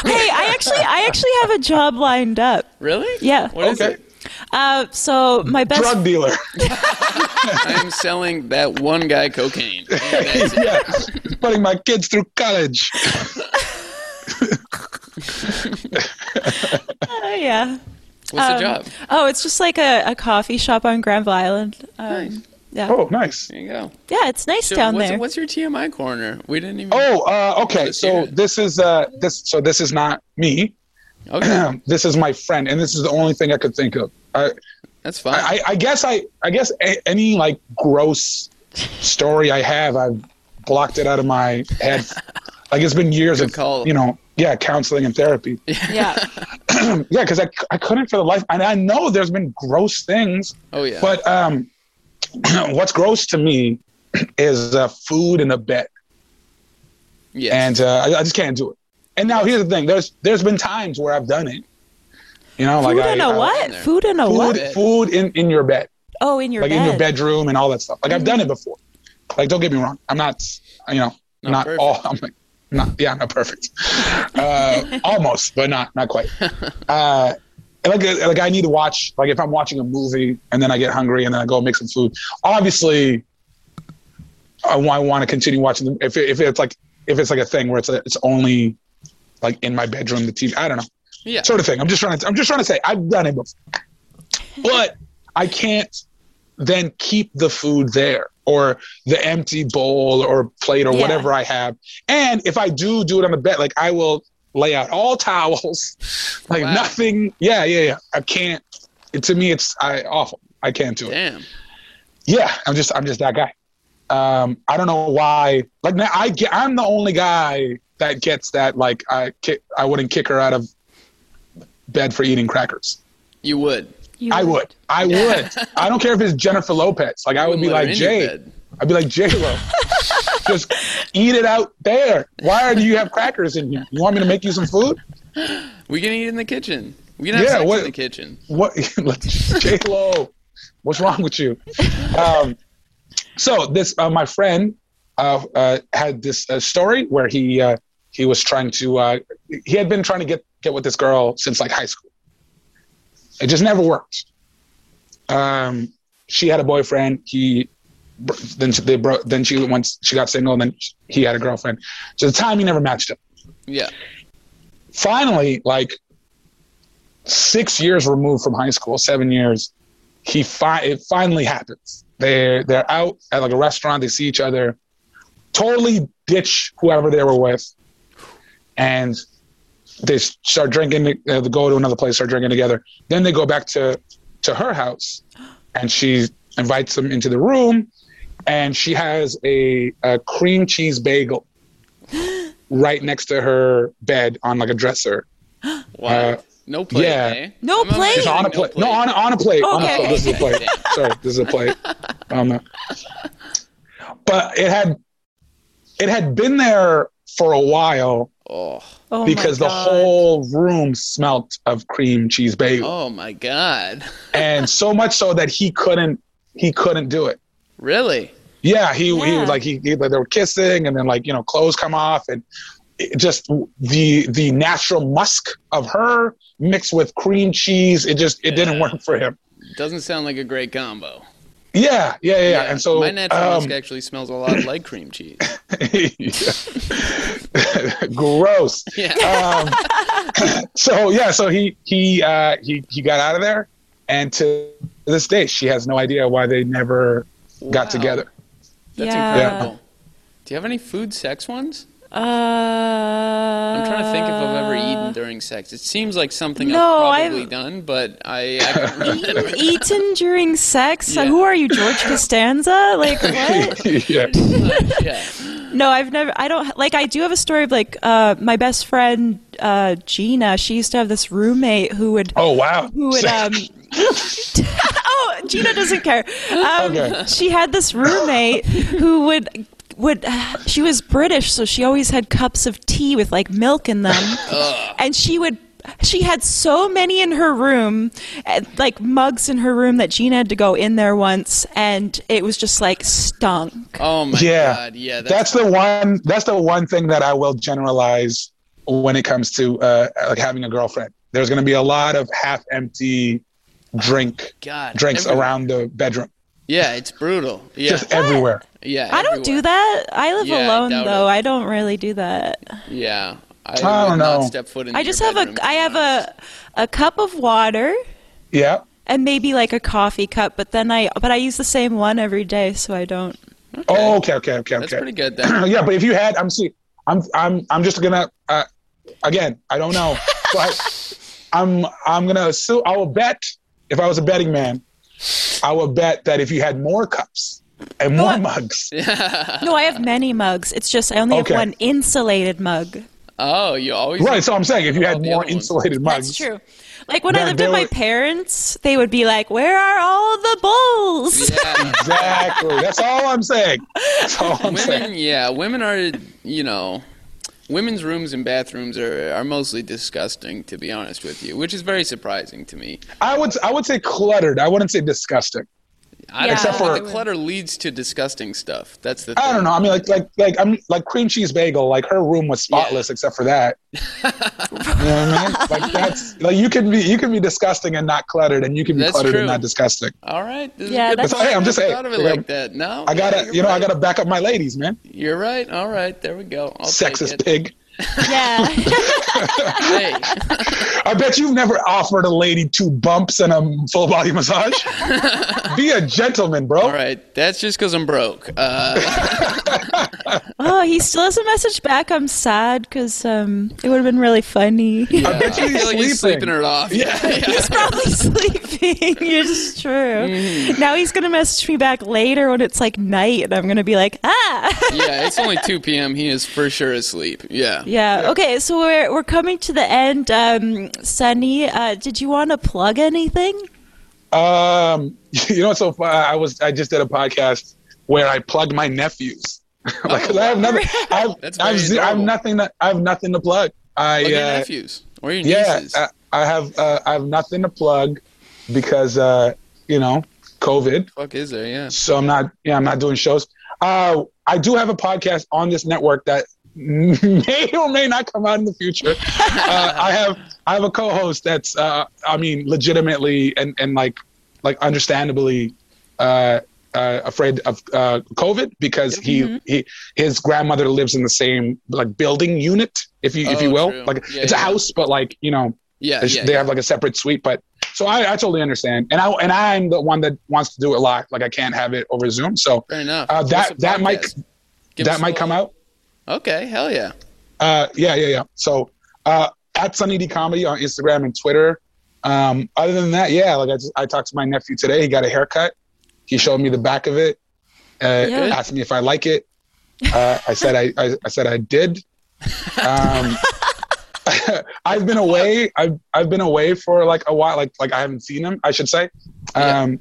[SPEAKER 1] hey I actually I actually have a job lined up
[SPEAKER 2] really?
[SPEAKER 1] Yeah.
[SPEAKER 2] What is
[SPEAKER 3] Okay.
[SPEAKER 2] it?
[SPEAKER 1] Uh, so my best
[SPEAKER 3] Drug dealer.
[SPEAKER 2] I'm selling that one guy cocaine. And that's it.
[SPEAKER 3] yeah. Putting my kids through college.
[SPEAKER 1] uh, yeah.
[SPEAKER 2] What's the
[SPEAKER 1] Um,
[SPEAKER 2] job?
[SPEAKER 1] Oh, it's just like a, a coffee shop on Granville Island. Um, Yeah.
[SPEAKER 3] Oh, nice.
[SPEAKER 2] There you go.
[SPEAKER 1] Yeah, it's nice
[SPEAKER 2] So
[SPEAKER 1] down
[SPEAKER 2] what's,
[SPEAKER 1] there.
[SPEAKER 2] what's your TMI corner? We didn't even.
[SPEAKER 3] Oh, uh, okay.
[SPEAKER 2] Let's
[SPEAKER 3] So
[SPEAKER 2] hear it.
[SPEAKER 3] this is uh, this. So this is not me.
[SPEAKER 2] okay,
[SPEAKER 3] this is my friend, and this is the only thing I could think of. I,
[SPEAKER 2] that's fine.
[SPEAKER 3] I, I guess I, I guess a, any like gross story I have, I've blocked it out of my head. like it's been years
[SPEAKER 2] Good
[SPEAKER 3] of,
[SPEAKER 2] call.
[SPEAKER 3] you know, yeah, counseling and therapy.
[SPEAKER 1] yeah.
[SPEAKER 3] yeah, because I, c- I couldn't for the life, and I know there's been gross things,
[SPEAKER 2] oh yeah.
[SPEAKER 3] but um, what's gross to me is uh, food and a bet.
[SPEAKER 2] yes.
[SPEAKER 3] and uh, I, I just can't do it. And now here's the thing: there's there's been times where I've done it. You
[SPEAKER 2] Oh
[SPEAKER 3] know,
[SPEAKER 1] Food
[SPEAKER 3] like I,
[SPEAKER 1] in a
[SPEAKER 3] I-
[SPEAKER 1] what?
[SPEAKER 2] there.
[SPEAKER 1] Food in a
[SPEAKER 3] Food,
[SPEAKER 1] what?
[SPEAKER 2] Bed.
[SPEAKER 3] food in, in your bed,
[SPEAKER 1] Oh, in your
[SPEAKER 3] like
[SPEAKER 1] bed. Mm-hmm.
[SPEAKER 3] in your bedroom and all that stuff. Like I've done it before. Like don't get me wrong, I'm not, you know,
[SPEAKER 2] Not
[SPEAKER 3] not,
[SPEAKER 2] perfect.
[SPEAKER 3] all. I'm like, not yeah, I'm not perfect. Uh, almost, but not not quite. Uh, and like uh, like I need to watch like if I'm watching a movie and then I get hungry and then I go make some food. Obviously, I want to continue watching them if it, if it's like if it's like a thing where it's it's only like in my bedroom the TV. I don't know
[SPEAKER 2] yeah.
[SPEAKER 3] sort of thing. I'm just trying to I'm just trying to say I've done it before, but I can't then keep the food there or the empty bowl or plate or
[SPEAKER 1] Yeah.
[SPEAKER 3] whatever I have. And if I do do it on the bed, like I will lay out all towels, like
[SPEAKER 2] Wow.
[SPEAKER 3] nothing. Yeah, yeah, yeah. I can't. It, to me, it's I awful. I can't do it
[SPEAKER 2] Damn.
[SPEAKER 3] yeah i'm just i'm just that guy um i don't know why like now i get i'm the only guy that gets that like i kick i wouldn't kick her out of bed for eating crackers
[SPEAKER 2] You would.
[SPEAKER 1] You
[SPEAKER 3] i would i would i don't care if it's jennifer lopez like i would
[SPEAKER 2] Wouldn't
[SPEAKER 3] be
[SPEAKER 2] let her
[SPEAKER 3] like
[SPEAKER 2] in your
[SPEAKER 3] jay
[SPEAKER 2] bed.
[SPEAKER 3] i'd be like jay lo just eat it out there why do you have crackers in here you want me to make you some food
[SPEAKER 2] We can eat in the kitchen. We can have
[SPEAKER 3] Yeah,
[SPEAKER 2] sex
[SPEAKER 3] what-
[SPEAKER 2] in the kitchen.
[SPEAKER 3] what J Lo? What's wrong with you? Um, so this, uh, my friend, uh, uh, had this uh, story where he uh, he was trying to uh, he had been trying to get get with this girl since like high school. It just never worked. Um, she had a boyfriend. He br- then she- they broke. Then she once she got single, and then he had a girlfriend. So the time he never matched up
[SPEAKER 2] Yeah.
[SPEAKER 3] finally, like six years removed from high school, seven years, he fi- it finally happens. They're they're out at like a restaurant. They see each other, totally ditch whoever they were with, and they s- start drinking. Uh, they go to another place, start drinking together. Then they go back to to her house, and she invites them into the room, and she has a, a cream cheese bagel right next to her bed on like a dresser.
[SPEAKER 2] Wow.
[SPEAKER 3] Uh,
[SPEAKER 2] no plate.
[SPEAKER 3] yeah.
[SPEAKER 2] eh?
[SPEAKER 1] No
[SPEAKER 2] I'm upset
[SPEAKER 1] plate?
[SPEAKER 3] It's
[SPEAKER 1] She's
[SPEAKER 2] you
[SPEAKER 3] on a
[SPEAKER 2] no
[SPEAKER 3] plate. No, on a, on a plate. On a
[SPEAKER 1] Okay.
[SPEAKER 3] plate. This is a plate. Sorry, this is a plate. Um, but it had it had been there for a while
[SPEAKER 2] Oh.
[SPEAKER 1] Oh my
[SPEAKER 3] because the
[SPEAKER 1] God.
[SPEAKER 3] whole room smelt of cream cheese bagel,
[SPEAKER 2] Oh my God.
[SPEAKER 3] and so much so that he couldn't he couldn't do it.
[SPEAKER 2] Really?
[SPEAKER 3] Yeah, he he
[SPEAKER 1] Yeah.
[SPEAKER 3] was like he, he like they were kissing, and then like you know clothes come off, and it just the the natural musk of her mixed with cream cheese. It just it didn't work for him.
[SPEAKER 2] Doesn't sound like a great combo.
[SPEAKER 3] Yeah, yeah, yeah. And so
[SPEAKER 2] my natural
[SPEAKER 3] um,
[SPEAKER 2] musk actually smells a lot like cream cheese.
[SPEAKER 3] gross.
[SPEAKER 2] Yeah.
[SPEAKER 3] Um, so yeah, so he he uh, he he got out of there, and to this day, she has no idea why they never
[SPEAKER 2] Wow.
[SPEAKER 3] got together.
[SPEAKER 2] That's
[SPEAKER 1] yeah.
[SPEAKER 2] incredible. Do you have any food sex ones?
[SPEAKER 1] Uh,
[SPEAKER 2] I'm
[SPEAKER 1] I'm
[SPEAKER 2] trying to think if I've ever eaten during sex. It seems like something
[SPEAKER 1] Uh, No,
[SPEAKER 2] I've probably
[SPEAKER 1] I've-
[SPEAKER 2] done, but I, I can't remember.
[SPEAKER 1] eaten, eaten during sex?
[SPEAKER 2] Yeah.
[SPEAKER 1] Who are you, George Costanza? Like what?
[SPEAKER 3] yeah.
[SPEAKER 2] yeah.
[SPEAKER 1] No, I've never. I don't like. I do have a story of like uh, my best friend uh, Gina. She used to have this roommate who would
[SPEAKER 3] Oh wow.
[SPEAKER 1] who would um oh gina doesn't care um,
[SPEAKER 3] Okay.
[SPEAKER 1] she had this roommate who would would uh, she was british so she always had cups of tea with like milk in them and she would she had so many in her room and, like mugs in her room that gina had to go in there once and it was just like stunk
[SPEAKER 2] Oh my
[SPEAKER 3] yeah.
[SPEAKER 2] god. Yeah.
[SPEAKER 3] that's, the one. That's the one thing that I will generalize when it comes to uh, like having a girlfriend. There's going to be a lot of half-empty drink
[SPEAKER 2] God.
[SPEAKER 3] drinks
[SPEAKER 2] everywhere.
[SPEAKER 3] around the bedroom,
[SPEAKER 2] Yeah, it's brutal. Yeah.
[SPEAKER 3] just e- everywhere.
[SPEAKER 2] yeah.
[SPEAKER 1] I don't do
[SPEAKER 2] everywhere.
[SPEAKER 1] that. I live
[SPEAKER 2] Yeah, I
[SPEAKER 1] alone
[SPEAKER 2] doubt
[SPEAKER 1] though.
[SPEAKER 2] it.
[SPEAKER 1] I don't really do that.
[SPEAKER 2] Yeah. I,
[SPEAKER 3] don't
[SPEAKER 2] would not
[SPEAKER 3] know.
[SPEAKER 2] Step foot in
[SPEAKER 1] I just have a I have a a cup of water
[SPEAKER 3] Yeah.
[SPEAKER 1] and maybe like a coffee cup, but then I but I use the same one every day, so I don't.
[SPEAKER 3] Oh, okay, okay, okay, okay.
[SPEAKER 2] That's pretty good then.
[SPEAKER 3] yeah, but if you had, I'm see, I'm I'm I'm just gonna uh, again, I don't know, but I'm I'm gonna assume I will bet if I was a betting man, I would bet that if you had more cups and more mugs,
[SPEAKER 1] No, I have many mugs. It's just I only
[SPEAKER 3] Okay.
[SPEAKER 1] have one insulated mug.
[SPEAKER 2] Oh, you always
[SPEAKER 3] right? So I'm saying if you
[SPEAKER 2] Oh,
[SPEAKER 3] had
[SPEAKER 2] the
[SPEAKER 3] more
[SPEAKER 2] other one.
[SPEAKER 3] insulated mugs,
[SPEAKER 1] That's true. Like when I
[SPEAKER 3] There-
[SPEAKER 1] lived
[SPEAKER 3] there
[SPEAKER 1] with my
[SPEAKER 3] were-
[SPEAKER 1] parents, they would be like, "Where are all the bowls?"
[SPEAKER 2] Yeah.
[SPEAKER 3] Exactly. That's all I'm saying. That's all I'm
[SPEAKER 2] women,
[SPEAKER 3] saying.
[SPEAKER 2] yeah, women are, you know, women's rooms and bathrooms are are mostly disgusting, to be honest with you, which is very surprising to me.
[SPEAKER 3] I would I would say cluttered. I wouldn't say disgusting.
[SPEAKER 2] I don't
[SPEAKER 1] Except
[SPEAKER 2] know, but
[SPEAKER 3] for-
[SPEAKER 2] the clutter leads to disgusting stuff. That's the. Thing.
[SPEAKER 3] I don't know. I mean, like like like I'm like cream cheese bagel. Like her room was spotless except for that. you know what I mean? Like that's like you can be you can be disgusting and not cluttered, and you can be
[SPEAKER 2] That's
[SPEAKER 3] cluttered
[SPEAKER 2] true.
[SPEAKER 3] and not disgusting.
[SPEAKER 2] All right. This
[SPEAKER 1] Yeah,
[SPEAKER 2] is good.
[SPEAKER 1] that's-
[SPEAKER 3] That's- hey, I'm just
[SPEAKER 2] I
[SPEAKER 3] saying,
[SPEAKER 2] Thought of it
[SPEAKER 3] yeah.
[SPEAKER 2] like that. No,
[SPEAKER 3] I gotta
[SPEAKER 2] yeah, you're
[SPEAKER 3] you know I
[SPEAKER 2] right.
[SPEAKER 3] gotta back up my ladies, man.
[SPEAKER 2] You're right. All right. There we go. I'll take
[SPEAKER 3] Sexist
[SPEAKER 2] it.
[SPEAKER 3] pig.
[SPEAKER 1] yeah.
[SPEAKER 2] Hey,
[SPEAKER 3] I bet you've never offered a lady two bumps and a full body massage. be a gentleman, bro.
[SPEAKER 2] all right. That's just because I'm broke. Uh,
[SPEAKER 1] oh, he still hasn't messaged back. I'm sad because um, it would have been really funny.
[SPEAKER 3] I bet you
[SPEAKER 2] I feel
[SPEAKER 3] he's
[SPEAKER 2] like
[SPEAKER 3] sleeping.
[SPEAKER 2] he's sleeping it off. Yeah.
[SPEAKER 1] He's probably sleeping. It's true. Now he's gonna message me back later when it's like night, and I'm gonna be like, ah.
[SPEAKER 2] yeah, it's only 2 p.m. He is for sure asleep. Yeah.
[SPEAKER 1] Yeah. Okay. So we're we're coming to the end. Um, Sunny, uh, did you want to plug anything?
[SPEAKER 3] Um, you know, so far I was I just did a podcast where I plugged my nephews. like, 'cause I have nothing. I've,
[SPEAKER 2] Oh, That's
[SPEAKER 3] I've,
[SPEAKER 2] very
[SPEAKER 3] ze- I've
[SPEAKER 2] adorable.
[SPEAKER 3] nothing. That, I have nothing to plug. I
[SPEAKER 2] Look at your
[SPEAKER 3] uh,
[SPEAKER 2] nephews or your
[SPEAKER 3] yeah.
[SPEAKER 2] nieces.
[SPEAKER 3] I, I have uh, I have nothing to plug because uh, you know COVID.
[SPEAKER 2] Fuck is there? Yeah.
[SPEAKER 3] So I'm not. Yeah, I'm not doing shows. Uh, I do have a podcast on this network that may or may not come out in the future. uh, I have I have a co-host that's uh, I mean legitimately and and like like understandably uh, uh, afraid of uh, COVID because
[SPEAKER 2] Mm-hmm.
[SPEAKER 3] he, he his grandmother lives in the same like building unit if you if
[SPEAKER 2] Oh,
[SPEAKER 3] you will
[SPEAKER 2] true.
[SPEAKER 3] like
[SPEAKER 2] Yeah,
[SPEAKER 3] it's
[SPEAKER 2] yeah.
[SPEAKER 3] a house but like you know
[SPEAKER 2] Yeah.
[SPEAKER 3] they-
[SPEAKER 2] yeah,
[SPEAKER 3] they
[SPEAKER 2] yeah.
[SPEAKER 3] have like a separate suite but so I, I totally understand and i and i'm the one that wants to do it live like i can't have it over zoom so
[SPEAKER 2] Fair enough.
[SPEAKER 3] uh, that-
[SPEAKER 2] What's the
[SPEAKER 3] that might-
[SPEAKER 2] podcast? Give us
[SPEAKER 3] that
[SPEAKER 2] a
[SPEAKER 3] might come
[SPEAKER 2] little-
[SPEAKER 3] out
[SPEAKER 2] Okay. Hell yeah.
[SPEAKER 3] uh yeah yeah yeah so uh at sunny d comedy on instagram and twitter um other than that yeah like i just i talked to my nephew today he got a haircut he showed me the back of it uh
[SPEAKER 1] Yeah.
[SPEAKER 3] asked me if i like it uh i said i i, I said i did um I've been away. I've I've been away for like a while. Like like I haven't seen him. I should say, um,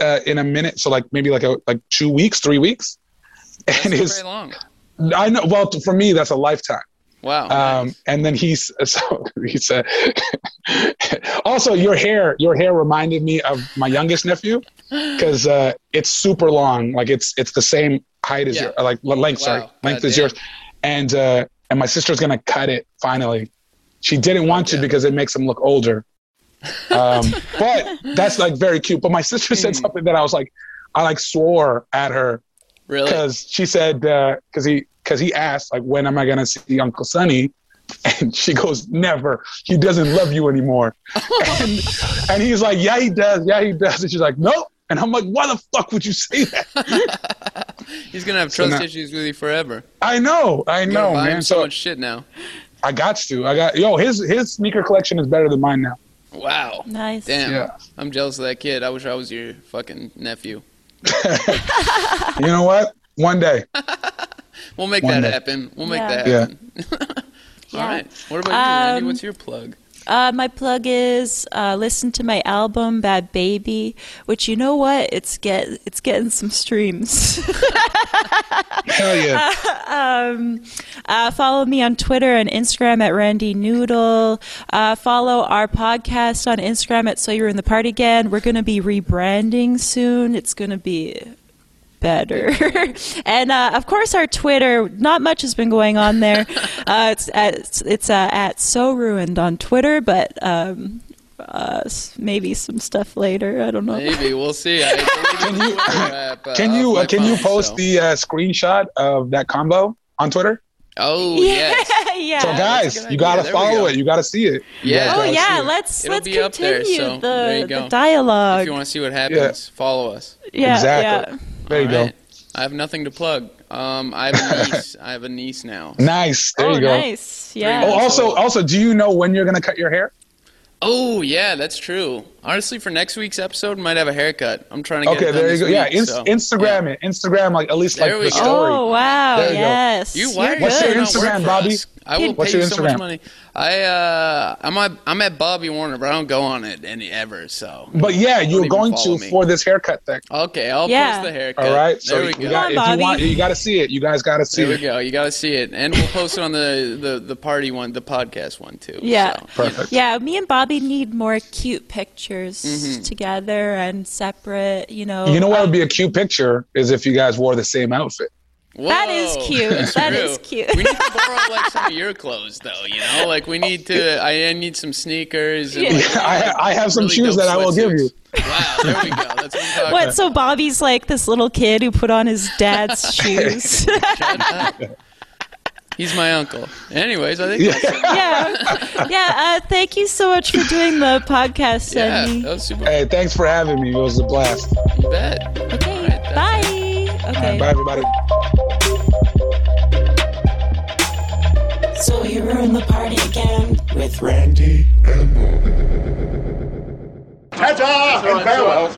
[SPEAKER 3] uh, in a minute. So like maybe like a like two weeks, three weeks.
[SPEAKER 2] That's
[SPEAKER 3] And
[SPEAKER 2] not
[SPEAKER 3] his,
[SPEAKER 2] very long.
[SPEAKER 3] I know. Well, for me, that's a lifetime.
[SPEAKER 2] Wow.
[SPEAKER 3] Um, and then he's so he said. also, your hair, your hair reminded me of my youngest nephew because uh, it's super long. Like it's it's the same height as
[SPEAKER 2] Yeah.
[SPEAKER 3] your uh, like l- length. Sorry,
[SPEAKER 2] Wow.
[SPEAKER 3] length
[SPEAKER 2] God
[SPEAKER 3] is
[SPEAKER 2] damn.
[SPEAKER 3] yours. And uh, and my sister's gonna cut it finally. She didn't want to
[SPEAKER 2] yeah.
[SPEAKER 3] because it makes him look older. Um, but that's like very cute. But my sister
[SPEAKER 2] Hmm.
[SPEAKER 3] said something that I was like, I like swore at her
[SPEAKER 2] really?
[SPEAKER 3] because she said because he because he asked like when am I gonna see Uncle Sonny, and she goes never. He doesn't love you anymore, and, and he's like yeah he does yeah he does, and she's like nope. And I'm like, why the fuck would you say that?
[SPEAKER 2] He's gonna have
[SPEAKER 3] So
[SPEAKER 2] trust
[SPEAKER 3] now-
[SPEAKER 2] issues with you forever.
[SPEAKER 3] I know, I
[SPEAKER 2] You're
[SPEAKER 3] know,
[SPEAKER 2] buying
[SPEAKER 3] man.
[SPEAKER 2] him so
[SPEAKER 3] So
[SPEAKER 2] much shit now.
[SPEAKER 3] I got to, I got yo. His his sneaker collection is better than mine now.
[SPEAKER 2] Wow.
[SPEAKER 1] Nice.
[SPEAKER 2] Damn.
[SPEAKER 3] Yeah.
[SPEAKER 2] I'm jealous of that kid. I wish I was your fucking nephew.
[SPEAKER 3] You know what? One day,
[SPEAKER 2] We'll make
[SPEAKER 3] One
[SPEAKER 2] that
[SPEAKER 3] day.
[SPEAKER 2] happen. We'll make
[SPEAKER 1] Yeah.
[SPEAKER 2] that
[SPEAKER 3] Yeah.
[SPEAKER 2] happen. All right. What about you, Randy?
[SPEAKER 1] Um,
[SPEAKER 2] What's your plug?
[SPEAKER 1] Uh, my plug is uh, listen to my album Bad Baby, which you know what? It's get it's getting some streams.
[SPEAKER 3] hell yeah,
[SPEAKER 1] Uh, follow me on Twitter and Instagram at Randy Noodle. Uh, follow our podcast on Instagram at So You're in the Party Again. We're going to be rebranding soon. It's going to be better. and uh, of course, our Twitter. Not much has been going on there. uh, it's at, it's, it's uh, at So Ruined on Twitter, but. Um, uh, s- maybe some stuff later. I don't know.
[SPEAKER 2] Maybe we'll see. I can you
[SPEAKER 3] can you uh, can you post the uh, screenshot of that combo on Twitter?
[SPEAKER 2] Oh yes.
[SPEAKER 1] yeah.
[SPEAKER 3] So
[SPEAKER 2] a
[SPEAKER 3] guys,
[SPEAKER 2] good
[SPEAKER 3] you
[SPEAKER 2] idea.
[SPEAKER 3] gotta
[SPEAKER 2] There we
[SPEAKER 3] follow
[SPEAKER 2] go.
[SPEAKER 3] it. You gotta see it. You
[SPEAKER 2] Yeah.
[SPEAKER 3] guys
[SPEAKER 2] Oh,
[SPEAKER 1] oh
[SPEAKER 3] gotta
[SPEAKER 1] yeah,
[SPEAKER 3] see it.
[SPEAKER 1] let's
[SPEAKER 2] It'll
[SPEAKER 1] let's
[SPEAKER 2] be up there,
[SPEAKER 1] continue
[SPEAKER 2] so
[SPEAKER 1] the,
[SPEAKER 2] there you
[SPEAKER 1] the
[SPEAKER 2] go.
[SPEAKER 1] dialogue.
[SPEAKER 2] If you want to see what happens, follow us.
[SPEAKER 1] yeah,
[SPEAKER 3] Exactly.
[SPEAKER 1] yeah.
[SPEAKER 3] There you
[SPEAKER 2] All
[SPEAKER 3] go.
[SPEAKER 2] right. I have nothing to plug. Um, I have a niece. I have a niece now.
[SPEAKER 3] Nice. There
[SPEAKER 1] oh,
[SPEAKER 3] you go.
[SPEAKER 1] nice. Yeah.
[SPEAKER 3] Oh, also,
[SPEAKER 2] Absolutely.
[SPEAKER 3] also, do you know when you're gonna cut your hair?
[SPEAKER 2] Oh yeah, that's true. Honestly, for next week's episode, might have a haircut. I'm trying to get.
[SPEAKER 3] Okay,
[SPEAKER 2] it done
[SPEAKER 3] there you
[SPEAKER 2] this
[SPEAKER 3] go.
[SPEAKER 2] Week,
[SPEAKER 3] yeah, ins-
[SPEAKER 2] so-
[SPEAKER 3] Instagram
[SPEAKER 2] yeah.
[SPEAKER 3] it. Instagram like at least like
[SPEAKER 2] There
[SPEAKER 3] the
[SPEAKER 2] we go.
[SPEAKER 3] story.
[SPEAKER 1] Oh wow!
[SPEAKER 3] There you go.
[SPEAKER 1] Yes.
[SPEAKER 2] You, why
[SPEAKER 1] You're
[SPEAKER 2] are
[SPEAKER 3] What's
[SPEAKER 1] good.
[SPEAKER 2] you
[SPEAKER 3] your
[SPEAKER 2] not working
[SPEAKER 3] Instagram,
[SPEAKER 2] for
[SPEAKER 3] Bobby?
[SPEAKER 2] us? I will
[SPEAKER 3] What's
[SPEAKER 2] pay
[SPEAKER 3] your
[SPEAKER 2] you so much
[SPEAKER 3] Instagram?
[SPEAKER 2] money. I uh, I'm at, I'm at Bobby Warner, but I don't go on it any ever. So
[SPEAKER 3] But yeah, you're
[SPEAKER 2] even
[SPEAKER 3] going to
[SPEAKER 2] follow me.
[SPEAKER 3] for this haircut thing.
[SPEAKER 2] okay, I'll
[SPEAKER 1] Yeah.
[SPEAKER 2] post the haircut.
[SPEAKER 3] All right.
[SPEAKER 2] there
[SPEAKER 3] so
[SPEAKER 2] we
[SPEAKER 3] you
[SPEAKER 2] go.
[SPEAKER 3] got,
[SPEAKER 1] Come on,
[SPEAKER 3] if you want,
[SPEAKER 1] Bobby.
[SPEAKER 3] you got to see it. You guys got to see
[SPEAKER 2] there we
[SPEAKER 3] it.
[SPEAKER 2] go. You gotta see it, and we'll post it on the the, the party one, the podcast one too.
[SPEAKER 1] Yeah.
[SPEAKER 2] So,
[SPEAKER 3] Perfect.
[SPEAKER 1] Yeah, me and Bobby need more cute pictures
[SPEAKER 2] Mm-hmm.
[SPEAKER 1] together and separate. You know.
[SPEAKER 3] You know what would be a cute picture is if you guys wore the same outfit.
[SPEAKER 2] Whoa.
[SPEAKER 1] That is cute. That
[SPEAKER 2] true.
[SPEAKER 1] is cute.
[SPEAKER 2] We need to borrow like some of your clothes, though. You know, like we need to. I I need some sneakers. And,
[SPEAKER 1] Yeah.
[SPEAKER 2] like,
[SPEAKER 3] I, ha- I have some
[SPEAKER 2] really
[SPEAKER 3] shoes
[SPEAKER 2] dope
[SPEAKER 3] that I will give you.
[SPEAKER 2] sweatsuits. Wow, there we go. That's what I'm talking
[SPEAKER 1] Um, What? So Bobby's like this little kid who put on his dad's shoes.
[SPEAKER 2] He's my uncle. Anyways, I think that's it.
[SPEAKER 1] yeah. Yeah. Uh, thank you so much for doing the podcast,
[SPEAKER 2] yeah,
[SPEAKER 1] Sandy.
[SPEAKER 2] that was super.
[SPEAKER 3] Hey, thanks for having me. It was a blast.
[SPEAKER 2] You bet.
[SPEAKER 1] okay.
[SPEAKER 2] right, that's
[SPEAKER 1] bye. Okay.
[SPEAKER 3] Bye, everybody.
[SPEAKER 4] So you ruined the party again with
[SPEAKER 5] Randy. Tata and farewell.